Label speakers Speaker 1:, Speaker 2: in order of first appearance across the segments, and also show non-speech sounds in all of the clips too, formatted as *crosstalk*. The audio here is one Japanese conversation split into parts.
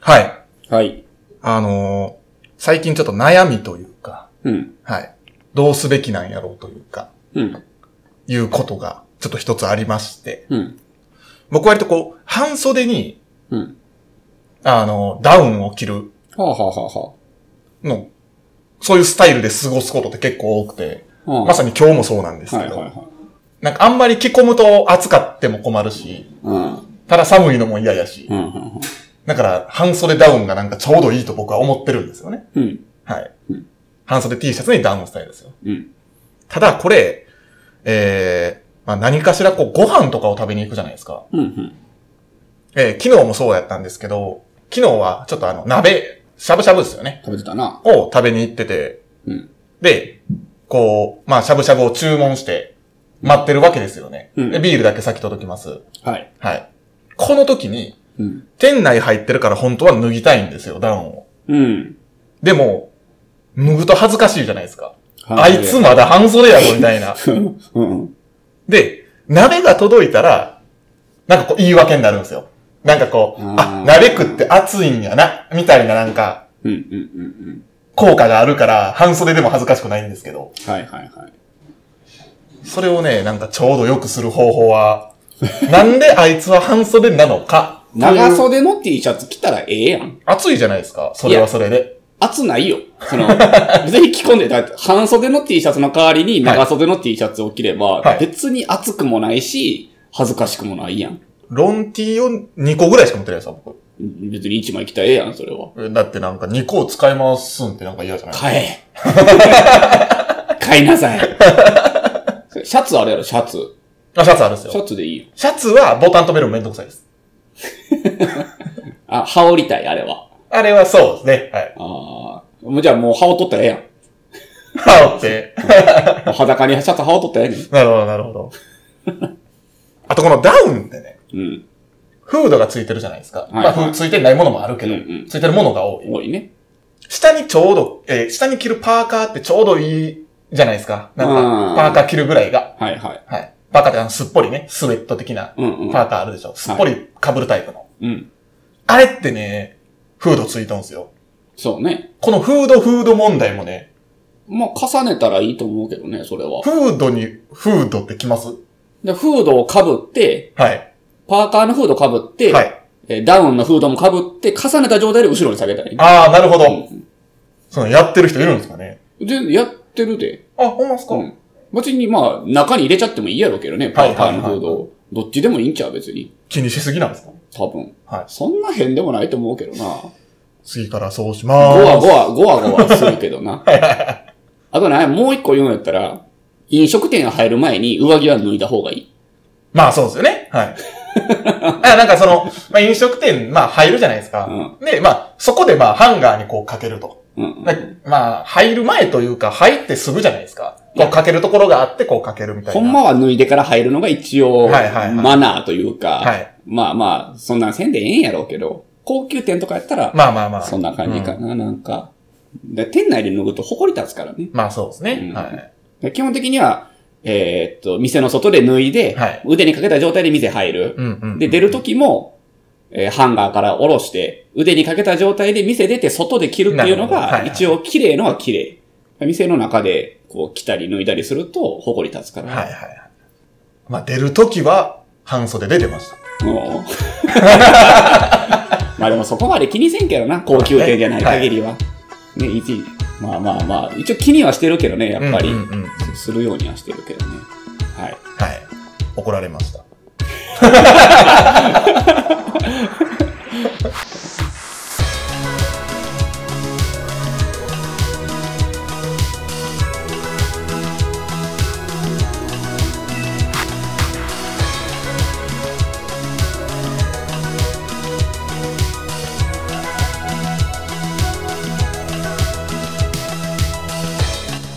Speaker 1: はい。
Speaker 2: はい。
Speaker 1: あのー最近ちょっと悩みというか、
Speaker 2: うん。
Speaker 1: はい。どうすべきなんやろうというか、
Speaker 2: うん。
Speaker 1: いうことが、ちょっと一つありまして、
Speaker 2: うん。
Speaker 1: 僕割とこう、半袖に、
Speaker 2: うん。
Speaker 1: あのーダウンを着る
Speaker 2: はあ、はあはあは
Speaker 1: の、そういうスタイルで過ごすことって結構多くて、
Speaker 2: あ、うん
Speaker 1: まさに今日もそうなんです
Speaker 2: は
Speaker 1: け
Speaker 2: いはい
Speaker 1: ど、
Speaker 2: はい。
Speaker 1: なんかあんまり着込むと暑かっても困るし、
Speaker 2: うん。
Speaker 1: ただ寒いのも嫌やし、
Speaker 2: うん。うん
Speaker 1: だから半袖ダウンがなんかちょうどいいと僕は思ってるんですよね。
Speaker 2: うん。
Speaker 1: はい
Speaker 2: うん。
Speaker 1: 半袖 T シャツにダウンスタイルですよ。
Speaker 2: うん。
Speaker 1: ただこれ、えー、まあ、何かしらこうご飯とかを食べに行くじゃないですか。
Speaker 2: うん。うん。
Speaker 1: えー、昨日もそうやったんですけど、昨日はちょっとあの鍋、しゃぶしゃぶですよね。
Speaker 2: 食べてたな。
Speaker 1: を食べに行ってて、
Speaker 2: うん。
Speaker 1: で、こう、まあ、しゃぶしゃぶを注文して、待ってるわけですよね。
Speaker 2: うん
Speaker 1: でビールだけ先届きます。
Speaker 2: はい。
Speaker 1: はい。この時に、
Speaker 2: うん。
Speaker 1: 店内入ってるから本当は脱ぎたいんですよ、ダウンを。
Speaker 2: うん。
Speaker 1: でも、脱ぐと恥ずかしいじゃないですか。あ
Speaker 2: はい
Speaker 1: つまだ半袖やぞ、みたいな。
Speaker 2: *laughs* うん。うん。
Speaker 1: で、鍋が届いたら、なんかこう言い訳になるんですよ。なんかこう、
Speaker 2: うん
Speaker 1: あ、鍋食って暑いんやな、みたいななんか、
Speaker 2: うん。うん。うん。
Speaker 1: 効果があるから、半袖でも恥ずかしくないんですけど、
Speaker 2: はいはいはい。
Speaker 1: それをね、なんかちょうど良くする方法 *laughs* は、なんであいつは半袖なのか。
Speaker 2: 長袖の T シャツ着たらええやん。
Speaker 1: 暑いじゃないですか、それはそれで。
Speaker 2: 暑ないよ。そ *laughs* の、ぜひ着込んで、だって半袖の T シャツの代わりに長袖の T シャツを着れば、
Speaker 1: はい
Speaker 2: 別に暑くもないし、恥ずかしくもないやん。
Speaker 1: ロンティーを2個ぐらいしか持ってないですよ、僕。
Speaker 2: 別に一枚着たらええやん、それは。
Speaker 1: えだってなんか2個を使い回すんってなんか嫌じゃないですか。
Speaker 2: 買え。買いなさい。シャツあれやろ、シャツ。
Speaker 1: あ、シャツあるんです
Speaker 2: シャ
Speaker 1: よ。
Speaker 2: ツでいいよ。
Speaker 1: シャツはボタン止めるのめんどくさいです。
Speaker 2: あ、羽織りたい、あれは。
Speaker 1: あれはそうですね。はい。
Speaker 2: ああ。もうじゃあもう羽織っとったらええやん。
Speaker 1: 羽織って。
Speaker 2: もう裸にシャツ羽織っとったらええ
Speaker 1: なるほど、なるほど。 *laughs* あとこのダウンってね、
Speaker 2: ねん。
Speaker 1: フードがついてるじゃないですか。
Speaker 2: い
Speaker 1: まあフー、ついてないものもあるけど、
Speaker 2: うんうん
Speaker 1: ついてるものが多
Speaker 2: うん。
Speaker 1: い。
Speaker 2: 多いね。
Speaker 1: 下にちょうど、えー下に着るパーカーってちょうどいいじゃないですか。なん
Speaker 2: う
Speaker 1: か、
Speaker 2: ん
Speaker 1: パーカー着るぐらいが。
Speaker 2: はいはい。
Speaker 1: はい。パーカーってあの、すっぽりね、スウェット的な
Speaker 2: うんうん。
Speaker 1: パーカーあるでしょ。すっぽり被るタイプの。
Speaker 2: うん。
Speaker 1: あれってね、フードついたんですよ。
Speaker 2: そうね。
Speaker 1: このフードフード問題もね、
Speaker 2: まあ、重ねたらいいと思うけどね、それは。
Speaker 1: フードにフードってきます
Speaker 2: で、フードを被って、
Speaker 1: はい。
Speaker 2: パーカーのフード被って、
Speaker 1: はい。
Speaker 2: えーダウンのフードも被って、重ねた状態で後ろに下げたらいい。
Speaker 1: ああ、なるほど。
Speaker 2: うん
Speaker 1: その、やってる人いるんですかね。
Speaker 2: 全然やってるで。
Speaker 1: あ、ほんまっすか、
Speaker 2: うん。別にまあ、中に入れちゃってもいいやろうけどね、パ
Speaker 1: はい
Speaker 2: ーカーのフードを。どっちでもいいんちゃう、別に。
Speaker 1: 気にしすぎなんですか
Speaker 2: 多分。
Speaker 1: はい
Speaker 2: そんな変でもないと思うけどな。
Speaker 1: 次からそうし
Speaker 2: ゴ
Speaker 1: ま
Speaker 2: ワ
Speaker 1: ーす。
Speaker 2: ゴワ、ゴワゴワするけどな。 *laughs* あとね、もう一個言うんやったら、飲食店入る前に上着は脱いだ方がいい。
Speaker 1: まあそうですよね。
Speaker 2: *laughs*
Speaker 1: はい。あなんかその、まあ、飲食店、まあ入るじゃないですか。
Speaker 2: う
Speaker 1: で、まあそこでまあハンガーにこうかけると。
Speaker 2: うんうん。
Speaker 1: でまあ入る前というか入ってすぐじゃないですか。こうかけるところがあってこうかけるみたいな。
Speaker 2: ほんまは脱いでから入るのが一応、
Speaker 1: はいはいはい
Speaker 2: マナーというか、
Speaker 1: はい
Speaker 2: まあまあ、そんなんせんでええんやろうけど、高級店とかやったら、
Speaker 1: まあまあまあ。
Speaker 2: そんな感じかな、なんか。で店内で脱ぐと埃立つからね。
Speaker 1: まあそうですね。
Speaker 2: うん
Speaker 1: はい。
Speaker 2: で基本的には、えーっと、店の外で脱いで、
Speaker 1: はい
Speaker 2: 腕にかけた状態で店入る。
Speaker 1: うんうん。
Speaker 2: で、出るときも、えーハンガーから下ろして、腕にかけた状態で店出て外で着るっていうの
Speaker 1: なるほど
Speaker 2: が、
Speaker 1: はいはい
Speaker 2: 一応綺麗のは綺麗。店の中で、こう、着たり脱いだりすると、埃立つから。
Speaker 1: はいはいはい。まあ出るときは半袖で出ました。
Speaker 2: もう *laughs* まあでもそこまで気にせんけどな、高級店じゃない限りは。ね、一時まあまあまあ、一応気にはしてるけどね、やっぱり。
Speaker 1: うんうんうん。はい。
Speaker 2: するようにはしてるけどね。はい。
Speaker 1: 怒られました。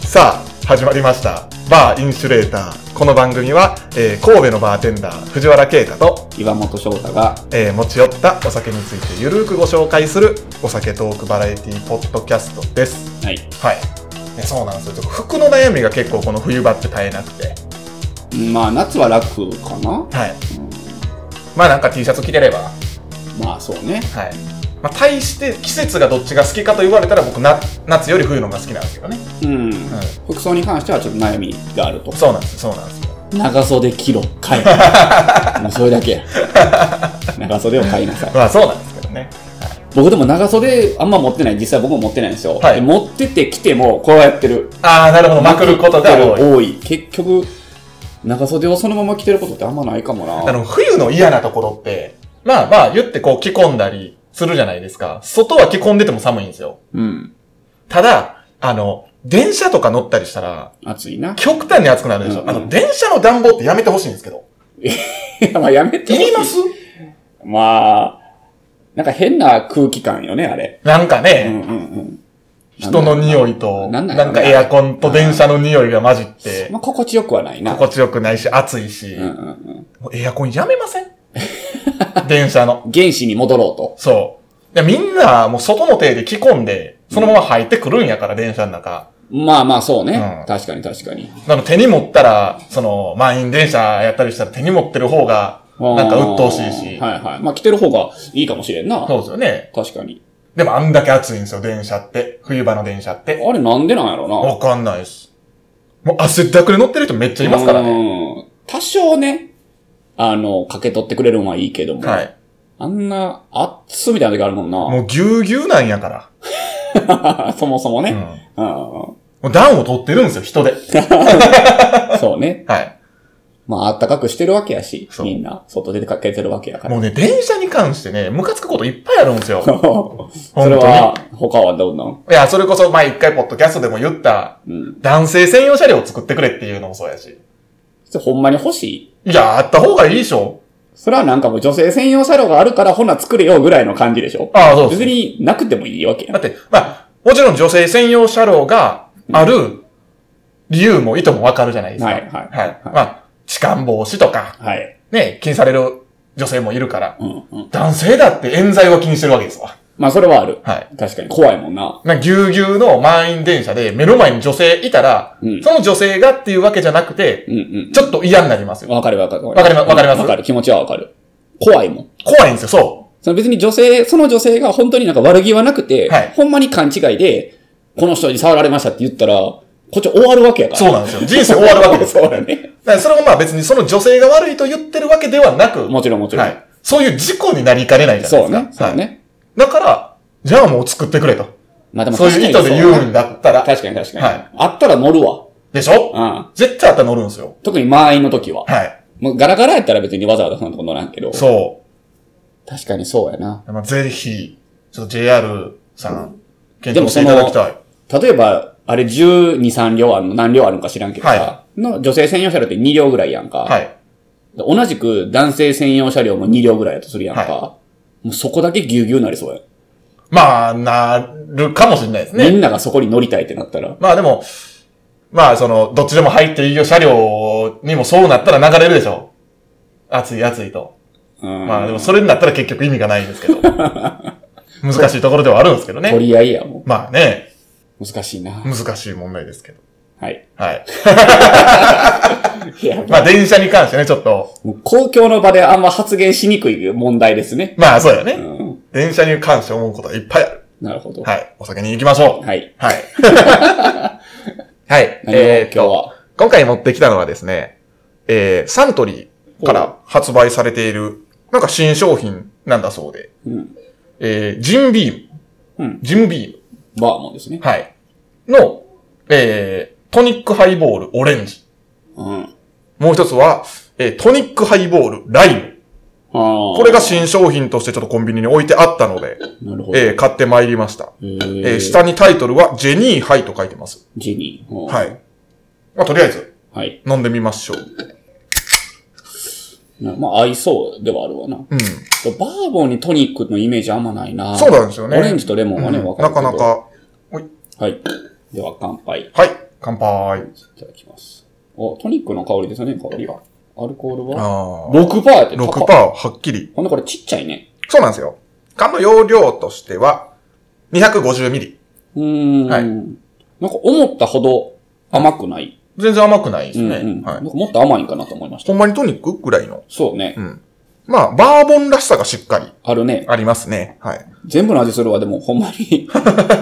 Speaker 1: さあ始まりましたバーインシュレーターこの番組は、えー神戸のバーテンダー藤原啓太と、
Speaker 2: 岩本翔太が、
Speaker 1: えー持ち寄ったお酒についてゆるくご紹介するお酒トークバラエティポッドキャストです
Speaker 2: はい。
Speaker 1: はい、ね、そうなんですよちょっと服の悩みが結構この冬場って絶えなくて
Speaker 2: まあ、夏は楽かな、
Speaker 1: はい
Speaker 2: うん
Speaker 1: まあなんか T シャツ着てれば
Speaker 2: まあ、そうね。
Speaker 1: はいまあ、対して季節がどっちが好きかと言われたら僕な夏より冬の方が好きなんですけどね、
Speaker 2: うん。
Speaker 1: う
Speaker 2: 服装に関してはちょっと悩みがあると
Speaker 1: ん、。そうなんですそうなんですよ
Speaker 2: 長袖着ろ、買 *laughs* え。もうそれだけや。長袖を買いなさい。
Speaker 1: まあそうなんですけどね
Speaker 2: 僕でも長袖あんま持ってない。実際僕も持ってないんですよ。
Speaker 1: はい
Speaker 2: で持ってて着ても、こうやってる。
Speaker 1: ああなるほどまくることが多い
Speaker 2: 多い。結局、長袖をそのまま着てることってあんまないかも
Speaker 1: あ
Speaker 2: な。
Speaker 1: の冬の嫌なところってまあまあ言ってこう着込んだりするじゃないですか外は着込んでても寒いんですよ
Speaker 2: うん。
Speaker 1: ただあの電車とか乗ったりしたら
Speaker 2: 暑いな。 *laughs*
Speaker 1: 極端に暑くなるでしょ、
Speaker 2: うん
Speaker 1: あの電車の暖房ってやめてほしいんですけど
Speaker 2: まあやめて
Speaker 1: い
Speaker 2: ほし
Speaker 1: ります
Speaker 2: まあ、なんか変な空気感よね、あれ。
Speaker 1: なんかね、
Speaker 2: うんうんうん。
Speaker 1: 人の匂いと、な
Speaker 2: な
Speaker 1: んん
Speaker 2: なんやろ
Speaker 1: かエアコンと電車の匂いが混じって、
Speaker 2: まあ心地よくはないな。
Speaker 1: 心地よくないし、暑いし、
Speaker 2: うんうんうん。
Speaker 1: もうエアコンやめません *laughs* 電車の。
Speaker 2: 原始に戻ろうと。
Speaker 1: そう。でみんな、もう外の手で着込んで、そのまま入ってくるんやから、電車の中。
Speaker 2: まあまあそうね。
Speaker 1: うん
Speaker 2: 確かに確かに。
Speaker 1: なの手に持ったら、その、満員電車やったりしたら手に持ってる方が、なんか鬱陶しいし。
Speaker 2: はいはい。まあ着てる方がいいかもしれんな。
Speaker 1: そうですよね。
Speaker 2: 確かに。
Speaker 1: でもあんだけ暑いんですよ、電車って。冬場の電車って。
Speaker 2: あれなんでなんやろな。
Speaker 1: わかんないです。もう汗だくで乗ってる人めっちゃいますからね。
Speaker 2: ね。多少ね、あの、かけ取ってくれるのはいいけども。
Speaker 1: はい。
Speaker 2: あんな、熱みたいな時あるもんな。
Speaker 1: もうぎゅうぎゅうなんやから。
Speaker 2: *laughs* そもそも
Speaker 1: うん
Speaker 2: ね。うん。
Speaker 1: もう暖を取ってるんですよ、人で。
Speaker 2: そうね。
Speaker 1: はい。
Speaker 2: まあ、あったかくしてるわけやし、
Speaker 1: そう
Speaker 2: みんな、外出てかけてるわけやから。
Speaker 1: もうね、電車に関してね、ムカつくこといっぱいあるんですよ。
Speaker 2: *laughs* それは、他はどうなん
Speaker 1: いや、それこそ、まあ、一回ポッドキャストでも言った、
Speaker 2: うん。
Speaker 1: 男性専用車両を作ってくれっていうのもそうやし。
Speaker 2: ほんまに欲しい
Speaker 1: いや、あった方がいいでしょ。
Speaker 2: それはなんかもう女性専用車両があるから、ほな作れよぐらいの感じでしょ
Speaker 1: ああ、そう
Speaker 2: 別
Speaker 1: です。
Speaker 2: になくてもいいわけや
Speaker 1: だ
Speaker 2: ん。
Speaker 1: って、まあ、もちろん女性専用車両がある理由も意図もわかるじゃないですか。
Speaker 2: はいはいはい
Speaker 1: はい。まあ、痴漢防止とか、
Speaker 2: はい。
Speaker 1: ね、気にされる女性もいるから、
Speaker 2: うんうん。
Speaker 1: 男性だって冤罪を気にしてるわけですわ。
Speaker 2: まあ、それはある。
Speaker 1: はい。
Speaker 2: 確かに怖いもんな。
Speaker 1: な、ぎゅうぎゅうの満員電車で目の前に女性いたら、
Speaker 2: うん
Speaker 1: その女性がっていうわけじゃなくて、
Speaker 2: うんうん。
Speaker 1: ちょっと嫌になりますよ。
Speaker 2: わかるわかる。わ
Speaker 1: かりますわかります
Speaker 2: わかる。気持ちはわかる。怖いもん。
Speaker 1: 怖いんですよ、そ
Speaker 2: その別に女性、その女性が本当になんか悪気はなくて、
Speaker 1: はい
Speaker 2: ほんまに勘違いで、この人に触られましたって言ったら、こっち終わるわけや
Speaker 1: う。
Speaker 2: から。
Speaker 1: そうなんですよ。人生終わるわけです。
Speaker 2: *laughs* そ
Speaker 1: だ
Speaker 2: うだね。
Speaker 1: からそれもまあ別にその女性が悪いと言ってるわけではなく、
Speaker 2: もちろんもちろん。
Speaker 1: はい。そういう事故になりかねないじゃないで
Speaker 2: そう
Speaker 1: すか。
Speaker 2: ね。そう
Speaker 1: はい。
Speaker 2: ね。
Speaker 1: だから、じゃあもう作ってくれと。
Speaker 2: まあでも
Speaker 1: そう
Speaker 2: 確か
Speaker 1: い
Speaker 2: に
Speaker 1: う意図で言
Speaker 2: そう
Speaker 1: うんだったら。
Speaker 2: 確かに確かに。
Speaker 1: はい
Speaker 2: あったら乗るわ。
Speaker 1: でしょ
Speaker 2: うん。
Speaker 1: 絶対あったら乗るんですよ。
Speaker 2: 特に満員の時は。
Speaker 1: はい。
Speaker 2: もうガラガラやったら別にわざわざそんなとこ乗らんけど。
Speaker 1: そ
Speaker 2: 確かにそうやな。
Speaker 1: う。まあ、ぜひ、ちょっと JR さん、検
Speaker 2: でも
Speaker 1: 討し
Speaker 2: そ
Speaker 1: てい
Speaker 2: の
Speaker 1: ただきたい。
Speaker 2: 例えば、あれ12、3両あるの、何両あるのか知らんけどさ、
Speaker 1: は
Speaker 2: の女性専用車両って2両ぐらいやんか。
Speaker 1: はい。
Speaker 2: で同じく男性専用車両も2両ぐらいだとするやんか。
Speaker 1: は
Speaker 2: もうそこだけギュうギュうなりそうや、
Speaker 1: まあ、なるかもしれないですね。
Speaker 2: みんながそこに乗りたいってなったら。
Speaker 1: まあでも、まあその、どっちでも入っていいよ車両にもそうなったら流れるでしょ。暑い暑いと。
Speaker 2: うん。
Speaker 1: まあでもそれになったら結局意味がないですけ
Speaker 2: *laughs*
Speaker 1: ど。難しいところではあるんですけどね。
Speaker 2: 取り合いやも
Speaker 1: まあね、
Speaker 2: う。難しいな。
Speaker 1: 難しい問題ですけど。
Speaker 2: はい。
Speaker 1: はい。
Speaker 2: いや、
Speaker 1: まあ電車に関してね、ちょっと、
Speaker 2: *laughs* もう公共の場であんま発言しにくい問題ですね。
Speaker 1: まあそうよ
Speaker 2: う
Speaker 1: ね。
Speaker 2: ん。
Speaker 1: 電車に関して思うことはいっぱいある。
Speaker 2: なるほど。
Speaker 1: はい。お酒に行きましょう。
Speaker 2: はい。
Speaker 1: はい。 *laughs* はい。
Speaker 2: 何を
Speaker 1: えー、
Speaker 2: 今日は。
Speaker 1: 今回持ってきたのはですね、えー、サントリーから発売されている、なんか新商品なんだそうで、
Speaker 2: うん。
Speaker 1: えー、ジンビーム、
Speaker 2: うん
Speaker 1: ジムビーム、
Speaker 2: バーモンですね。
Speaker 1: はい、の、えー、トニックハイボールオレンジ。
Speaker 2: うん。あ
Speaker 1: もう一つは、えー、トニックハイボールライム。
Speaker 2: こ
Speaker 1: これが新商品としてちょっとコンビニに置いてあったので、
Speaker 2: なるほど。
Speaker 1: えー、買ってまいりました。
Speaker 2: え
Speaker 1: えー、
Speaker 2: ー、
Speaker 1: 下にタイトルはジェニーハイと書いてます。
Speaker 2: ジニー。。
Speaker 1: はいい。まあ、とりあえず、
Speaker 2: はい。
Speaker 1: 飲んでみましょう。
Speaker 2: なまあ、合いそうではあるわな。
Speaker 1: うん。
Speaker 2: バーボンにトニックのイメージあんまないな。
Speaker 1: そうなんですよね。
Speaker 2: オレンジとレモンはね、
Speaker 1: うん
Speaker 2: わかる
Speaker 1: な
Speaker 2: けど
Speaker 1: かな。か。
Speaker 2: はい。では、乾杯。い
Speaker 1: はい。乾杯。
Speaker 2: ただきます。お、トニックの香りですよね、香りは。アルコールは
Speaker 1: ああ。
Speaker 2: 6%やって
Speaker 1: 6%
Speaker 2: 高っ
Speaker 1: はっきり。
Speaker 2: ほんでこれちっちゃいね。
Speaker 1: そうなんですよ。缶の容量としては、250ミリ。
Speaker 2: うーん。
Speaker 1: はい
Speaker 2: なんか思ったほど甘くない。
Speaker 1: 全然甘くないです
Speaker 2: うん
Speaker 1: ね。
Speaker 2: うん。
Speaker 1: は
Speaker 2: なん
Speaker 1: い。
Speaker 2: かもっと甘いんかなと思いました。
Speaker 1: ほんまにトニックぐらいの。
Speaker 2: そうね。
Speaker 1: うん。まあ、バーボンらしさがしっかり
Speaker 2: あるね。
Speaker 1: ありますね。はい。
Speaker 2: 全部の味するわ、でも、ほん
Speaker 1: *laughs*
Speaker 2: まに。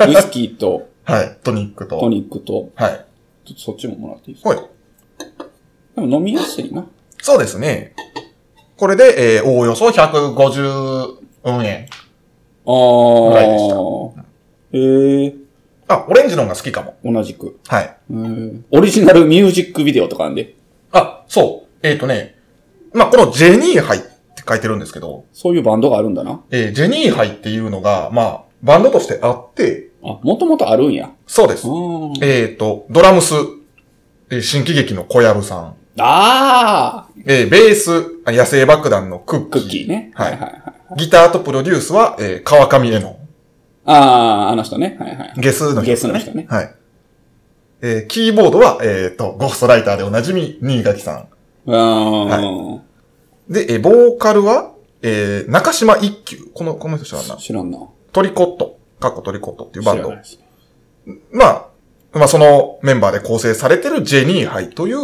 Speaker 2: ウイスキーと、
Speaker 1: はい。トニックと。
Speaker 2: トニックと、
Speaker 1: はい。
Speaker 2: ちょっとそっちももらっていいですか
Speaker 1: はい。
Speaker 2: でも飲みやすいな。
Speaker 1: そうですね。これで、えー、おおよそ150円。
Speaker 2: あ
Speaker 1: ぐらいでし
Speaker 2: ー。へえ
Speaker 1: あ、オレンジの方が好きかも。
Speaker 2: 同じく。
Speaker 1: はい。
Speaker 2: へーオリジナルミュージックビデオとかあんで、
Speaker 1: あ、そう。えっ、ー、とね、まあ、このジェニーハイって書いてるんですけど、
Speaker 2: そういうバンドがあるんだな。
Speaker 1: えー、ジェニーハイっていうのが、まあ、バンドとしてあって、
Speaker 2: あ、もともとあるんや。
Speaker 1: そうです
Speaker 2: あ。ー
Speaker 1: えっ、ー、と、ドラムス、えー新喜劇の小籔さん、
Speaker 2: あ
Speaker 1: えー、ベース、あ野生爆弾のクッ
Speaker 2: ー
Speaker 1: キ
Speaker 2: ク
Speaker 1: ー、
Speaker 2: ッキーね。
Speaker 1: はい
Speaker 2: はいはい。
Speaker 1: ギターとプロデュースは、えー、川上絵の、
Speaker 2: あー、あの人ね。はいはい。
Speaker 1: ゲスの人
Speaker 2: ゲスの人ね。
Speaker 1: はい。えーキーボードは、えっ、と、ゴーストライターでおなじみ、新垣さん。
Speaker 2: うーん。
Speaker 1: で、えーボーカルは、えー中島一休。この、この人知らんな。
Speaker 2: 知らんな。
Speaker 1: トリコット。過去トリコットっていうバン
Speaker 2: 知ら
Speaker 1: ド
Speaker 2: ない。です
Speaker 1: まあ、まあ、そのメンバーで構成されてるジェニーハイという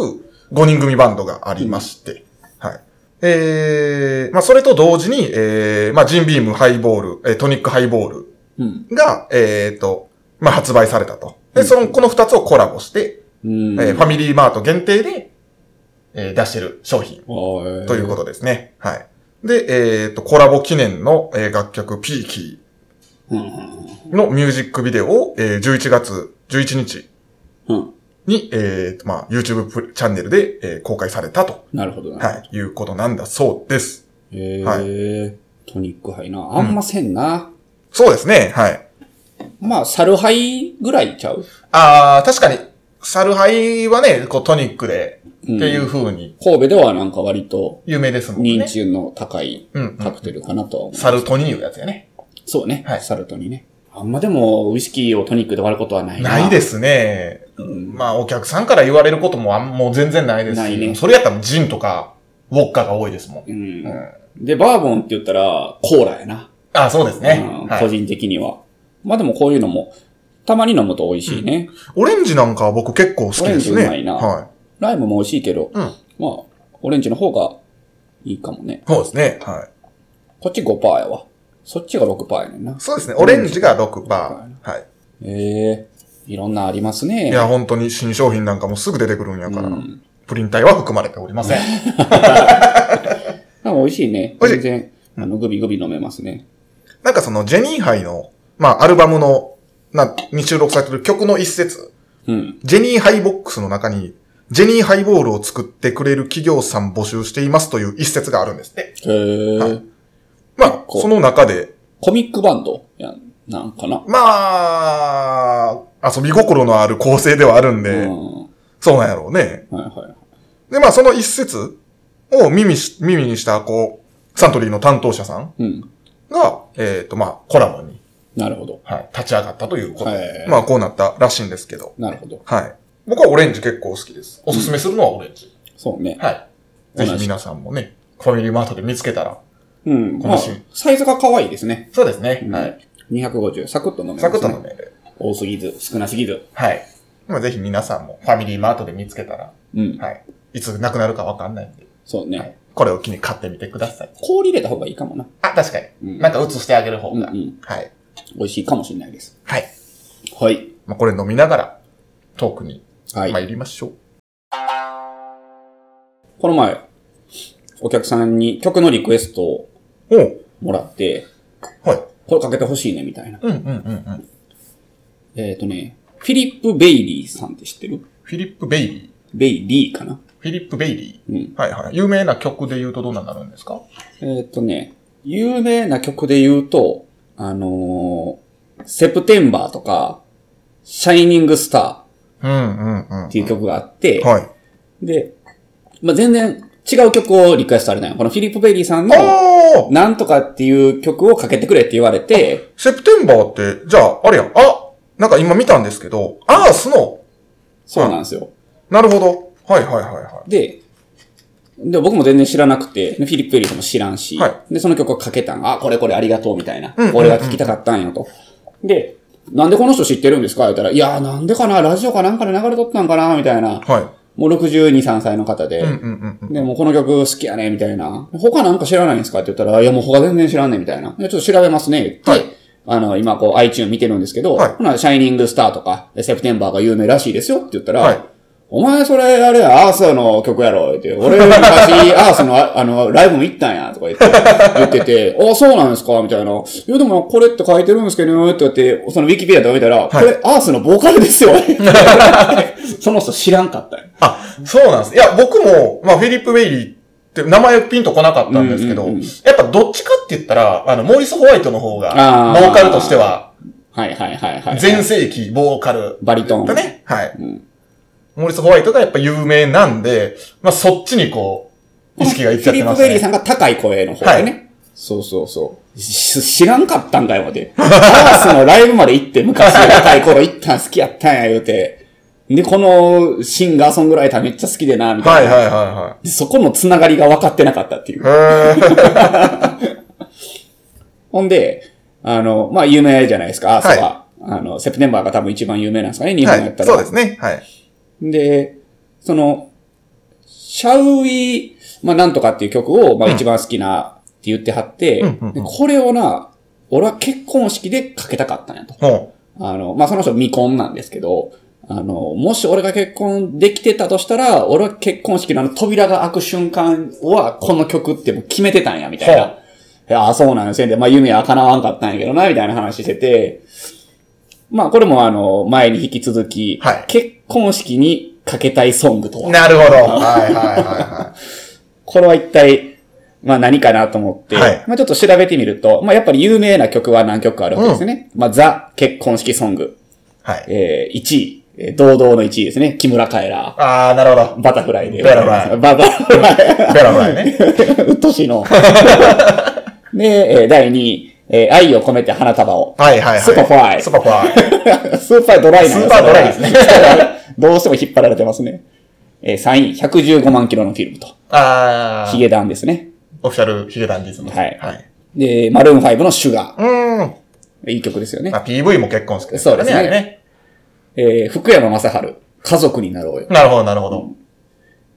Speaker 1: 5人組バンドがありまして、はい。えー、まあ、それと同時に、えー、まあ、ジンビームハイボール、えートニックハイボー
Speaker 2: うん。
Speaker 1: ルが、えーと、まあ、発売されたと。で、
Speaker 2: うん
Speaker 1: その、この2つをコラボして、
Speaker 2: うん。
Speaker 1: えーファミリーマート限定で、えー出してる商品
Speaker 2: はい
Speaker 1: ということですね。はい。で、えっ、と、コラボ記念の、えー楽曲ピーキ
Speaker 2: うんうん
Speaker 1: ーのミュージックビデオを、えー11月11日
Speaker 2: うん。うん。
Speaker 1: に、えーとまあ、YouTube プレチャンネルで、えー公開されたと、
Speaker 2: なるほどな。
Speaker 1: はい、いうことなんだそうです。
Speaker 2: へ
Speaker 1: は
Speaker 2: え。トニックハイな。あんませんな。
Speaker 1: そうですね。はい。
Speaker 2: まあ、サルハイぐらいちゃう
Speaker 1: あー、確かに、サルハイはね、こうトニックで、
Speaker 2: って。
Speaker 1: っていううん風に
Speaker 2: 神戸ではなんか割と
Speaker 1: 有名ですもんね。
Speaker 2: 認知の高い
Speaker 1: うん、う
Speaker 2: カ
Speaker 1: ん。
Speaker 2: クテルかなとは思う。
Speaker 1: サルトニーいうやつやね。
Speaker 2: そうね。
Speaker 1: はい
Speaker 2: サルトにね。あんまでも、ウイスキーをトニックで割ることはないな。
Speaker 1: ないですね。
Speaker 2: うん。
Speaker 1: まあ、お客さんから言われることもあんもう全然ないですし、
Speaker 2: ないね
Speaker 1: それやったらジンとか、ウォッカが多いですもん。
Speaker 2: うん
Speaker 1: うん
Speaker 2: で、バーボンって言ったら、コーラやな。
Speaker 1: あそうですね
Speaker 2: うん、
Speaker 1: は
Speaker 2: 個
Speaker 1: い。
Speaker 2: 人的には。まあでもこういうのも、たまに飲むと美味しいね。
Speaker 1: オレンジなんかは僕結構好きです
Speaker 2: オレンジう
Speaker 1: ね。
Speaker 2: まいな
Speaker 1: は
Speaker 2: ライムも美味しいけど、
Speaker 1: うん
Speaker 2: まあ、オレンジの方がいいかもね。
Speaker 1: い。そうですね。はい。
Speaker 2: こっち5%やわ。そっちが6%やねんな。
Speaker 1: そうですね。オレンジが6%。
Speaker 2: は
Speaker 1: はい。
Speaker 2: ええいろんなありますね。
Speaker 1: いや、本当に新商品なんかもすぐ出てくるんや
Speaker 2: う
Speaker 1: から、
Speaker 2: ん。
Speaker 1: プリン体は含まれておりません。
Speaker 2: なんか美味しいね。
Speaker 1: 美味し
Speaker 2: 全
Speaker 1: い
Speaker 2: 然、あの、グビグビ飲めますね。
Speaker 1: なんかその、ジェニーハイの、まあ、アルバムの、な、に収録されてる曲の一節、
Speaker 2: うん。
Speaker 1: ジェニーハイボックスの中に、ジェニーハイボールを作ってくれる企業さん募集していますという一節があるんですって。
Speaker 2: へえ、
Speaker 1: はいまあ、
Speaker 2: こう
Speaker 1: その中で、
Speaker 2: コミックバンドやん、なんかな。
Speaker 1: まあ、遊び心のある構成ではあるんで、
Speaker 2: うん。は
Speaker 1: そうなんやろうね。
Speaker 2: いはい。
Speaker 1: で、まあ、その一節を耳し耳にした、こう、サントリーの担当者さん
Speaker 2: うん。
Speaker 1: が、えっ、と、まあ、コラボに、
Speaker 2: なるほど。
Speaker 1: はい、立ち上がったということで、
Speaker 2: はい
Speaker 1: まあ、こうなったらしいんですけど、
Speaker 2: なるほど。
Speaker 1: はい。僕はオレンジ結構好きです。おすすめするのはオレンジ。
Speaker 2: そうね。
Speaker 1: はい。ぜ
Speaker 2: 同
Speaker 1: ひ
Speaker 2: じ
Speaker 1: 皆さんもね、ファミリーマートで見つけたら。
Speaker 2: うん。まあ
Speaker 1: このシーン、
Speaker 2: サイズが可愛いですね。
Speaker 1: そうですね。は。
Speaker 2: はいい。250。サクッと飲めます、
Speaker 1: サ
Speaker 2: ね。
Speaker 1: クッと飲める。
Speaker 2: 多すぎず、少なすぎず。
Speaker 1: はい。まあ、ぜひ皆さんもファミリーマートで見つけたら、
Speaker 2: うん。
Speaker 1: はい。いつなくなるかわかんないんで、
Speaker 2: そうね。
Speaker 1: はい。これを機に買ってみてください。
Speaker 2: 氷入れた方がいいかもな。
Speaker 1: あ、確かに。
Speaker 2: うん
Speaker 1: なんか映してあげる方
Speaker 2: うんう
Speaker 1: が。
Speaker 2: ん。
Speaker 1: はい。
Speaker 2: 美味しいかもしれないです。
Speaker 1: はい。
Speaker 2: はい。
Speaker 1: まあ、これ飲みながら、トークに
Speaker 2: はい。
Speaker 1: 参りましょう。
Speaker 2: この前、お客さんに曲のリクエストを
Speaker 1: おう
Speaker 2: もらって、
Speaker 1: はい。
Speaker 2: これかけてほしいね、みたいな。
Speaker 1: うんうんうんうん。
Speaker 2: えっ、とね、フィリップ・ベイリーさんって知ってる
Speaker 1: フィリップ・ベイリー。
Speaker 2: ベイリーかな
Speaker 1: フィリップ・ベイリ
Speaker 2: うん。
Speaker 1: ー。はいはい。有名な曲で言うとどんなになるんですか
Speaker 2: えっ、とね、有名な曲で言うと、あのーセプテンバーとか、シャイニング・スターっ
Speaker 1: うんうんうん。
Speaker 2: ていう曲があって、
Speaker 1: はい。
Speaker 2: で、まあ、全然違う曲をリクエストされたんよ。このフィリップ・ベイリーさんの、
Speaker 1: ああ
Speaker 2: なんとかっていう曲をかけてくれって言われて、
Speaker 1: セプテンバーって、じゃあ、あれやん。あなんか今見たんですけど、アースの、
Speaker 2: そうなんですよ。
Speaker 1: なるほど。はいはいはいは
Speaker 2: で、で、僕も全然知らなくて、フィリップ・エリーさんも知らんし、
Speaker 1: は
Speaker 2: で、その曲をかけたんあ、これこれありがとうみたいな。
Speaker 1: うんうんうん。
Speaker 2: 俺が聴きたかったんよと。で、なんでこの人知ってるんですか言ったら、いやーなんでかなラジオかなんかで流れとったんかなみたいない
Speaker 1: はい。
Speaker 2: もう62、3歳の方で、
Speaker 1: うんうんうんうん。
Speaker 2: で、もうこの曲好きやね、みたいな。他なんか知らないんですかって言ったら、いやもう他全然知らんね、みたいな。でちょっと調べますね、言って、
Speaker 1: はい
Speaker 2: あの、今こう iTune 見てるんですけど、
Speaker 1: はい
Speaker 2: ほな、シャイニングスターとか、セプテンバーが有名らしいですよって言ったら、
Speaker 1: はい
Speaker 2: お前それあれや、アースの曲やろ、って。
Speaker 1: *laughs*
Speaker 2: 俺昔アースのああの、ライブも行ったんや、とか言って、言って
Speaker 1: *laughs*
Speaker 2: て、あ、そうなんですかみたいな。いやでもこれって書いてるんですけどね、って言って、そのウィキペディアとか見たら、これアースのボーカルですよ。
Speaker 1: *laughs*
Speaker 2: その人知らんかったよ。
Speaker 1: あ、そうなんです。いや、僕も、まあ、フィリップ・ウェイリーって名前ピンとこなかったんですけど、
Speaker 2: うんうんうん
Speaker 1: やっぱどっちかって言ったら、あの、モーリス・ホワイトの方が、
Speaker 2: あー
Speaker 1: ボーカルとしては、
Speaker 2: はいはいはいはい。
Speaker 1: 全盛期ボーカル
Speaker 2: バリトーン。
Speaker 1: だね。はい。
Speaker 2: うん
Speaker 1: モーリス・ホワイトがやっぱ有名なんで、まあ、そっちにこう、意識がいっち
Speaker 2: フ
Speaker 1: ゃっ
Speaker 2: ィ
Speaker 1: て
Speaker 2: リッ
Speaker 1: ま
Speaker 2: プ・
Speaker 1: す
Speaker 2: ベリー
Speaker 1: ね。
Speaker 2: さんが高い声の方でね。
Speaker 1: は
Speaker 2: そうそうそう。し知らんかったんかよ、まで。アースのライブまで行って、昔若い頃行ったん好きやったんや、言うて。で、このシンガーソングライターめっちゃ好きでな、みた
Speaker 1: はいい
Speaker 2: な。
Speaker 1: はいは
Speaker 2: でそこのつながりが分かってなかったっていう。
Speaker 1: いはい。へー
Speaker 2: ほんで、あの、まあ、有名じゃないですか、アースは。
Speaker 1: は
Speaker 2: あの、セプテンバーが多分一番有名なんですかね、日本や
Speaker 1: はい。
Speaker 2: ったら。
Speaker 1: そうですね。はい。
Speaker 2: で、その、シャウイ、まあ、なんとかっていう曲を、まあ、
Speaker 1: うん
Speaker 2: 一番好きなって言ってはって、
Speaker 1: うんうんうん
Speaker 2: でこれをな、俺は結婚式でかけたかったんやと。
Speaker 1: ほ
Speaker 2: あの、まあ、その人未婚なんですけど、あの、もし俺が結婚できてたとしたら、俺は結婚式のあの扉が開く瞬間は、この曲ってもう決めてたんや、みたい
Speaker 1: ほ
Speaker 2: な。いや、そうなんですね。で、まあ、夢は叶わんかったんやけどな、みたいな話してて、まあ、これもあの、前に引き続き、
Speaker 1: はい
Speaker 2: 結婚式にかけたいソングと
Speaker 1: う。
Speaker 2: は。
Speaker 1: なるほど。はいはいは
Speaker 2: これは一体、まあ何かなと思って、
Speaker 1: はい
Speaker 2: まあちょっと調べてみると、まあやっぱり有名な曲は何曲かあるわけですよね。まあザ結婚式ソング、
Speaker 1: いはい。はい。
Speaker 2: えー、1位、えー堂々の1位ですね。木村カエラ。
Speaker 1: あー、なるほど。
Speaker 2: バタフライで。
Speaker 1: バタフライ
Speaker 2: バタフライ。
Speaker 1: ベラフライね。
Speaker 2: うっとうしいの。で、えー第2位、えー愛を込めて花束を。
Speaker 1: はいはいはい。
Speaker 2: スーパーフライ
Speaker 1: スーパーフライ。
Speaker 2: スーパードライなん
Speaker 1: スーパードライですね
Speaker 2: ね。 *laughs* どうしても引っ張られてますね。えー、3位、115万キロのフィルムと。
Speaker 1: あ
Speaker 2: ヒ
Speaker 1: ー、
Speaker 2: ゲダンですね。
Speaker 1: オフィシャルヒゲダンディズム。
Speaker 2: はい
Speaker 1: はい。
Speaker 2: で、マルーン5のシュガ
Speaker 1: うーん。
Speaker 2: ー。いい曲ですよね
Speaker 1: ま。あ、PV も結婚式
Speaker 2: そうですね
Speaker 1: あれね。
Speaker 2: えー、福山雅治、家族になろうよ。
Speaker 1: なるほど、なるほど。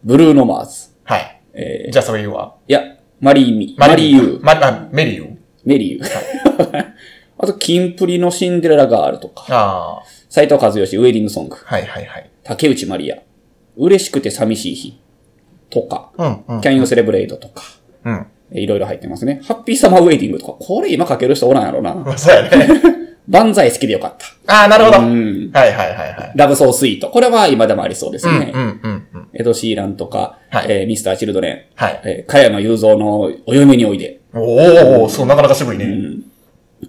Speaker 2: ブルーノマーズ。
Speaker 1: はい。
Speaker 2: え
Speaker 1: じゃあ、それ言うわ。
Speaker 2: ー、いや、マリーミ、マリーユー、
Speaker 1: マリあメリユー。
Speaker 2: メリーユー。 *laughs* あと、キンプリのシンデレラガールとか、
Speaker 1: ああ。
Speaker 2: 斎藤和義、ウェディングソング、
Speaker 1: はいはいはい。
Speaker 2: 竹内まりや、嬉しくて寂しい日とか、
Speaker 1: うん、うん。
Speaker 2: Can You Celebrate とか、
Speaker 1: うん。
Speaker 2: えーいろいろ入ってますね。ハッピーサマーウェディングとか、これ今かける人おらんやろな。
Speaker 1: まあ、そうやね。
Speaker 2: 万歳好きでよかった。
Speaker 1: *laughs* ああ、なるほど。
Speaker 2: う
Speaker 1: はい
Speaker 2: ん。
Speaker 1: はいはいはい。
Speaker 2: ラブソースイート。これは今でもありそうです
Speaker 1: うん、うん
Speaker 2: ね。、
Speaker 1: うんうん。
Speaker 2: エド・シーランとか、
Speaker 1: はい
Speaker 2: えーミスター・チルドレン、
Speaker 1: はい。
Speaker 2: えー、加山雄三のお嫁においで。
Speaker 1: おー、そう、なかなか渋いね。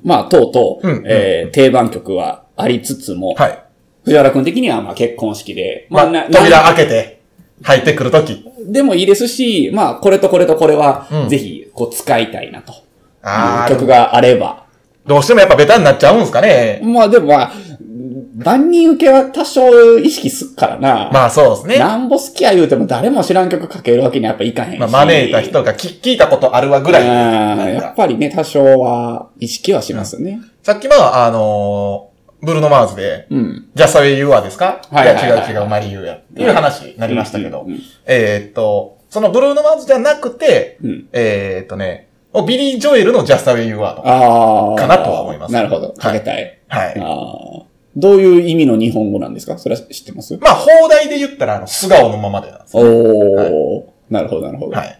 Speaker 2: まあ、とうとう、
Speaker 1: うん
Speaker 2: えー定番曲はありつつも、
Speaker 1: はい。
Speaker 2: 藤原君的にはまあ結婚式で、
Speaker 1: まあ
Speaker 2: な、
Speaker 1: 扉開けて、入ってくるとき。
Speaker 2: でもいいですし、まあ、これとこれとこれは
Speaker 1: う、ん
Speaker 2: ぜひ、こう、使いたいなと。
Speaker 1: ああ、
Speaker 2: 曲があれば。
Speaker 1: どうしてもやっぱベタになっちゃうんすかね。
Speaker 2: まあ、でもまあ、万人受けは多少意識すっからな。
Speaker 1: まあ、そうですね。
Speaker 2: なんぼ好きや言うても誰も知らん曲かけるわけにはやっぱいかへんし。
Speaker 1: まあ、招いた人が聞聞いたことあるわぐらい。
Speaker 2: うんやっぱりね、多少は意識はしますよね。
Speaker 1: さっきまあ、あのーブルーノマーズで、
Speaker 2: うん。
Speaker 1: ジャスウェイユーアですか
Speaker 2: はいはいはい
Speaker 1: や違う違う、マリユーや。っていう話になりましたけど。
Speaker 2: うんうんうん
Speaker 1: えーっと、そのブルーノマーズじゃなくて、
Speaker 2: うん
Speaker 1: えーっとね、おビリー・ジョエルのジャスタウェイ・ユアとか。
Speaker 2: ああ。
Speaker 1: かなとは思います
Speaker 2: なるほど。かけたい。
Speaker 1: はい。
Speaker 2: ああ。どういう意味の日本語なんですかそれは知ってます
Speaker 1: まあ、放題で言ったら、あの、素顔のままでなんです。
Speaker 2: おお、なるほど、なるほど。
Speaker 1: はい。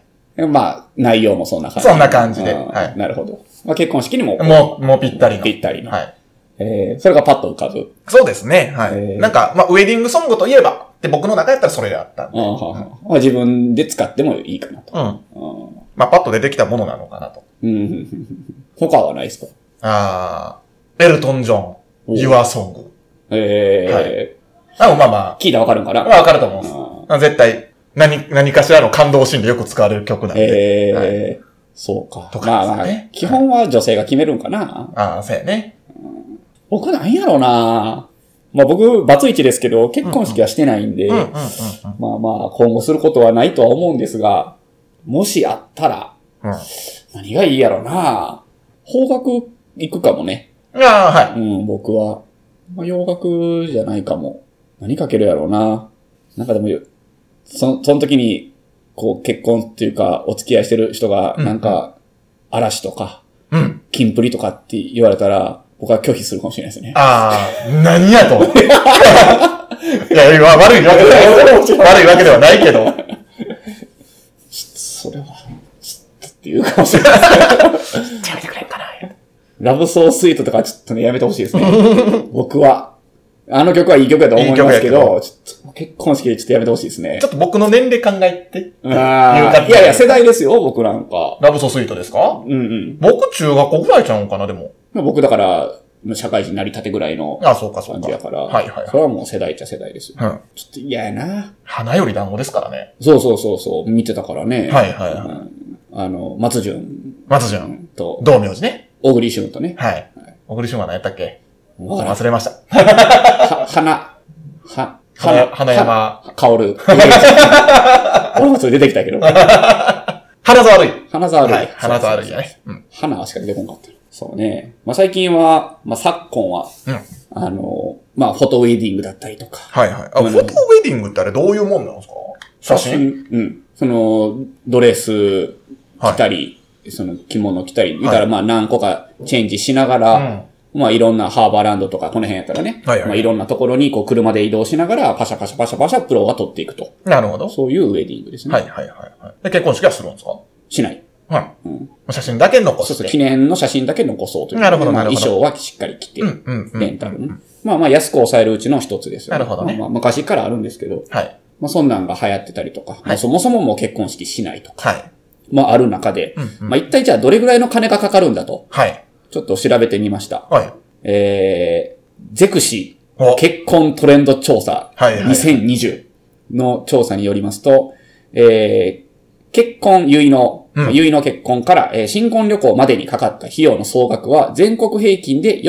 Speaker 2: まあ、内容もそんな感じ。
Speaker 1: そんな感じで
Speaker 2: あー
Speaker 1: はい
Speaker 2: なるほど。まあ、結婚式にも。
Speaker 1: もう、もうぴったりの。
Speaker 2: ぴったりの
Speaker 1: はい。
Speaker 2: えー、それがパッと浮かぶ。
Speaker 1: そうですね。は
Speaker 2: え
Speaker 1: い。
Speaker 2: ー
Speaker 1: なんか、まあ、ウェディングソングといえば、で、僕の中やったらそれだったん
Speaker 2: あ
Speaker 1: で。
Speaker 2: ーはーはーまあ、自分で使ってもいいかなと。
Speaker 1: うん。
Speaker 2: あー
Speaker 1: まあ、パッと出てきたものなのかなと。
Speaker 2: うんうんうんうん他はないですか
Speaker 1: あー、エルトン・ジョン、
Speaker 2: お
Speaker 1: ユア・ソング。
Speaker 2: え
Speaker 1: あ、まあま
Speaker 2: ー、聞いたらわかるんか
Speaker 1: あ、まあ
Speaker 2: な
Speaker 1: わかると思うんですあ絶対、何、何かしらの感動シーンでよく使われる曲なんで。
Speaker 2: え
Speaker 1: は
Speaker 2: ー、そうか。
Speaker 1: と
Speaker 2: ま
Speaker 1: か
Speaker 2: あ
Speaker 1: ですね
Speaker 2: まあ
Speaker 1: はい、
Speaker 2: 基本は女性が決めるんかな。
Speaker 1: ああ、そうやね。
Speaker 2: 僕なんやろうな。まあ僕、バツイチですけど、結婚式はしてないんで、
Speaker 1: うんうんうん
Speaker 2: まあまあ、今後することはないとは思うんですが、もしあったら、
Speaker 1: うん。うん。
Speaker 2: 何がいいやろな邦楽行くかもね。
Speaker 1: ああ、は
Speaker 2: うん、僕は。まあ、洋楽じゃないかも。何かけるやろうななんかでも、そその時に、こう、結婚っていうか、お付き合いしてる人が、なんか、嵐とか、
Speaker 1: うん。
Speaker 2: キンプリとかって言われたら、僕は拒否するかもしれないですね。
Speaker 1: ああ、何やと。いや、いや悪いわけじゃないですよ。悪いわけではないけど。
Speaker 2: それは、ちょっとっていうかもしれないですね。
Speaker 1: やめてくれんかな。
Speaker 2: ラブソースイートとかちょっとね、やめてほしいです
Speaker 1: *laughs*
Speaker 2: ね。僕は。あの曲はいい曲やと思いますけ
Speaker 1: いい曲
Speaker 2: ど、ちょっと結婚式でちょっとやめてほしいですね
Speaker 1: ちょ。っと僕の年齢考えて。
Speaker 2: あーいやいや、世代ですよ、僕なんか。
Speaker 1: ラブソスイートですか
Speaker 2: うんうん。
Speaker 1: 僕中学校ぐらいちゃうんかな、でも。
Speaker 2: 僕だから、社会人になりたてぐらいの
Speaker 1: あ、そうか、そう
Speaker 2: 感
Speaker 1: か。
Speaker 2: じやから、
Speaker 1: はいはい
Speaker 2: そ
Speaker 1: は
Speaker 2: れはもう世代っちゃ世代ですよ。
Speaker 1: い。うん。
Speaker 2: ちょっと嫌やな。
Speaker 1: 花より団子ですからね。
Speaker 2: そうそうそう、そう見てたからね。
Speaker 1: はいはいはい
Speaker 2: うんあの、松潤
Speaker 1: 松潤。
Speaker 2: と、
Speaker 1: 道明寺ね。
Speaker 2: 小栗旬とね。
Speaker 1: はい。小栗旬は何やったっけ
Speaker 2: わからん
Speaker 1: 忘れました。
Speaker 2: は、花、は、
Speaker 1: 花花山
Speaker 2: は香
Speaker 1: *laughs*
Speaker 2: る。俺もそれ出てきたけど。
Speaker 1: 花沢類。
Speaker 2: 花沢類。
Speaker 1: はい。花沢類
Speaker 2: そうそう
Speaker 1: やね。うん。
Speaker 2: そう花しか出てこなかった。そうね。まあ、最近は、まあ、昨今は、
Speaker 1: うん。
Speaker 2: あの、まあ、フォトウェディングだったりとか。
Speaker 1: はいはい。あ、フ
Speaker 2: うん
Speaker 1: ォトウェディングってあれどういうもんなんですか写真
Speaker 2: うん。その、ドレス着たり、その着物着たり、だからまあ何個かチェンジしながら、まあいろんなハーバーランドとかこの辺やったらね、
Speaker 1: はいはい
Speaker 2: まあいろんなところにこう車で移動しながら、パシャパシャパシャパシャプロが撮っていくと。
Speaker 1: なるほど。は
Speaker 2: そういうウェディングです
Speaker 1: い
Speaker 2: ね。
Speaker 1: はいはいはい。で、結婚式はするんですか
Speaker 2: しない。
Speaker 1: は
Speaker 2: う
Speaker 1: い
Speaker 2: ん。
Speaker 1: 写真だけ残
Speaker 2: そう
Speaker 1: し
Speaker 2: そう、
Speaker 1: て。
Speaker 2: 記念の写真だけ残そうという。
Speaker 1: なるほど
Speaker 2: まあ
Speaker 1: なるほど
Speaker 2: 衣装はしっかり着て、
Speaker 1: うんうんうん
Speaker 2: レンタルね。まあまあ安く抑えるうちの一つですよ、
Speaker 1: なるほどね
Speaker 2: まあまあ昔からあるんですけど、
Speaker 1: はい。
Speaker 2: まあそんなんが流行ってたりとか、まあそもそももう結婚式しないとか、
Speaker 1: はい。
Speaker 2: まあある中で、
Speaker 1: うんうん
Speaker 2: まあ一体じゃあどれぐらいの金がかかるんだと、
Speaker 1: はい。
Speaker 2: ちょっと調べてみました。
Speaker 1: はい。
Speaker 2: えー、ゼクシ
Speaker 1: お
Speaker 2: ー結婚トレンド調査
Speaker 1: はいはい
Speaker 2: 2020の調査によりますと、えー、結婚、結納、
Speaker 1: うん
Speaker 2: 結納結婚から、えー新婚旅行までにかかった費用の総額は全国平均で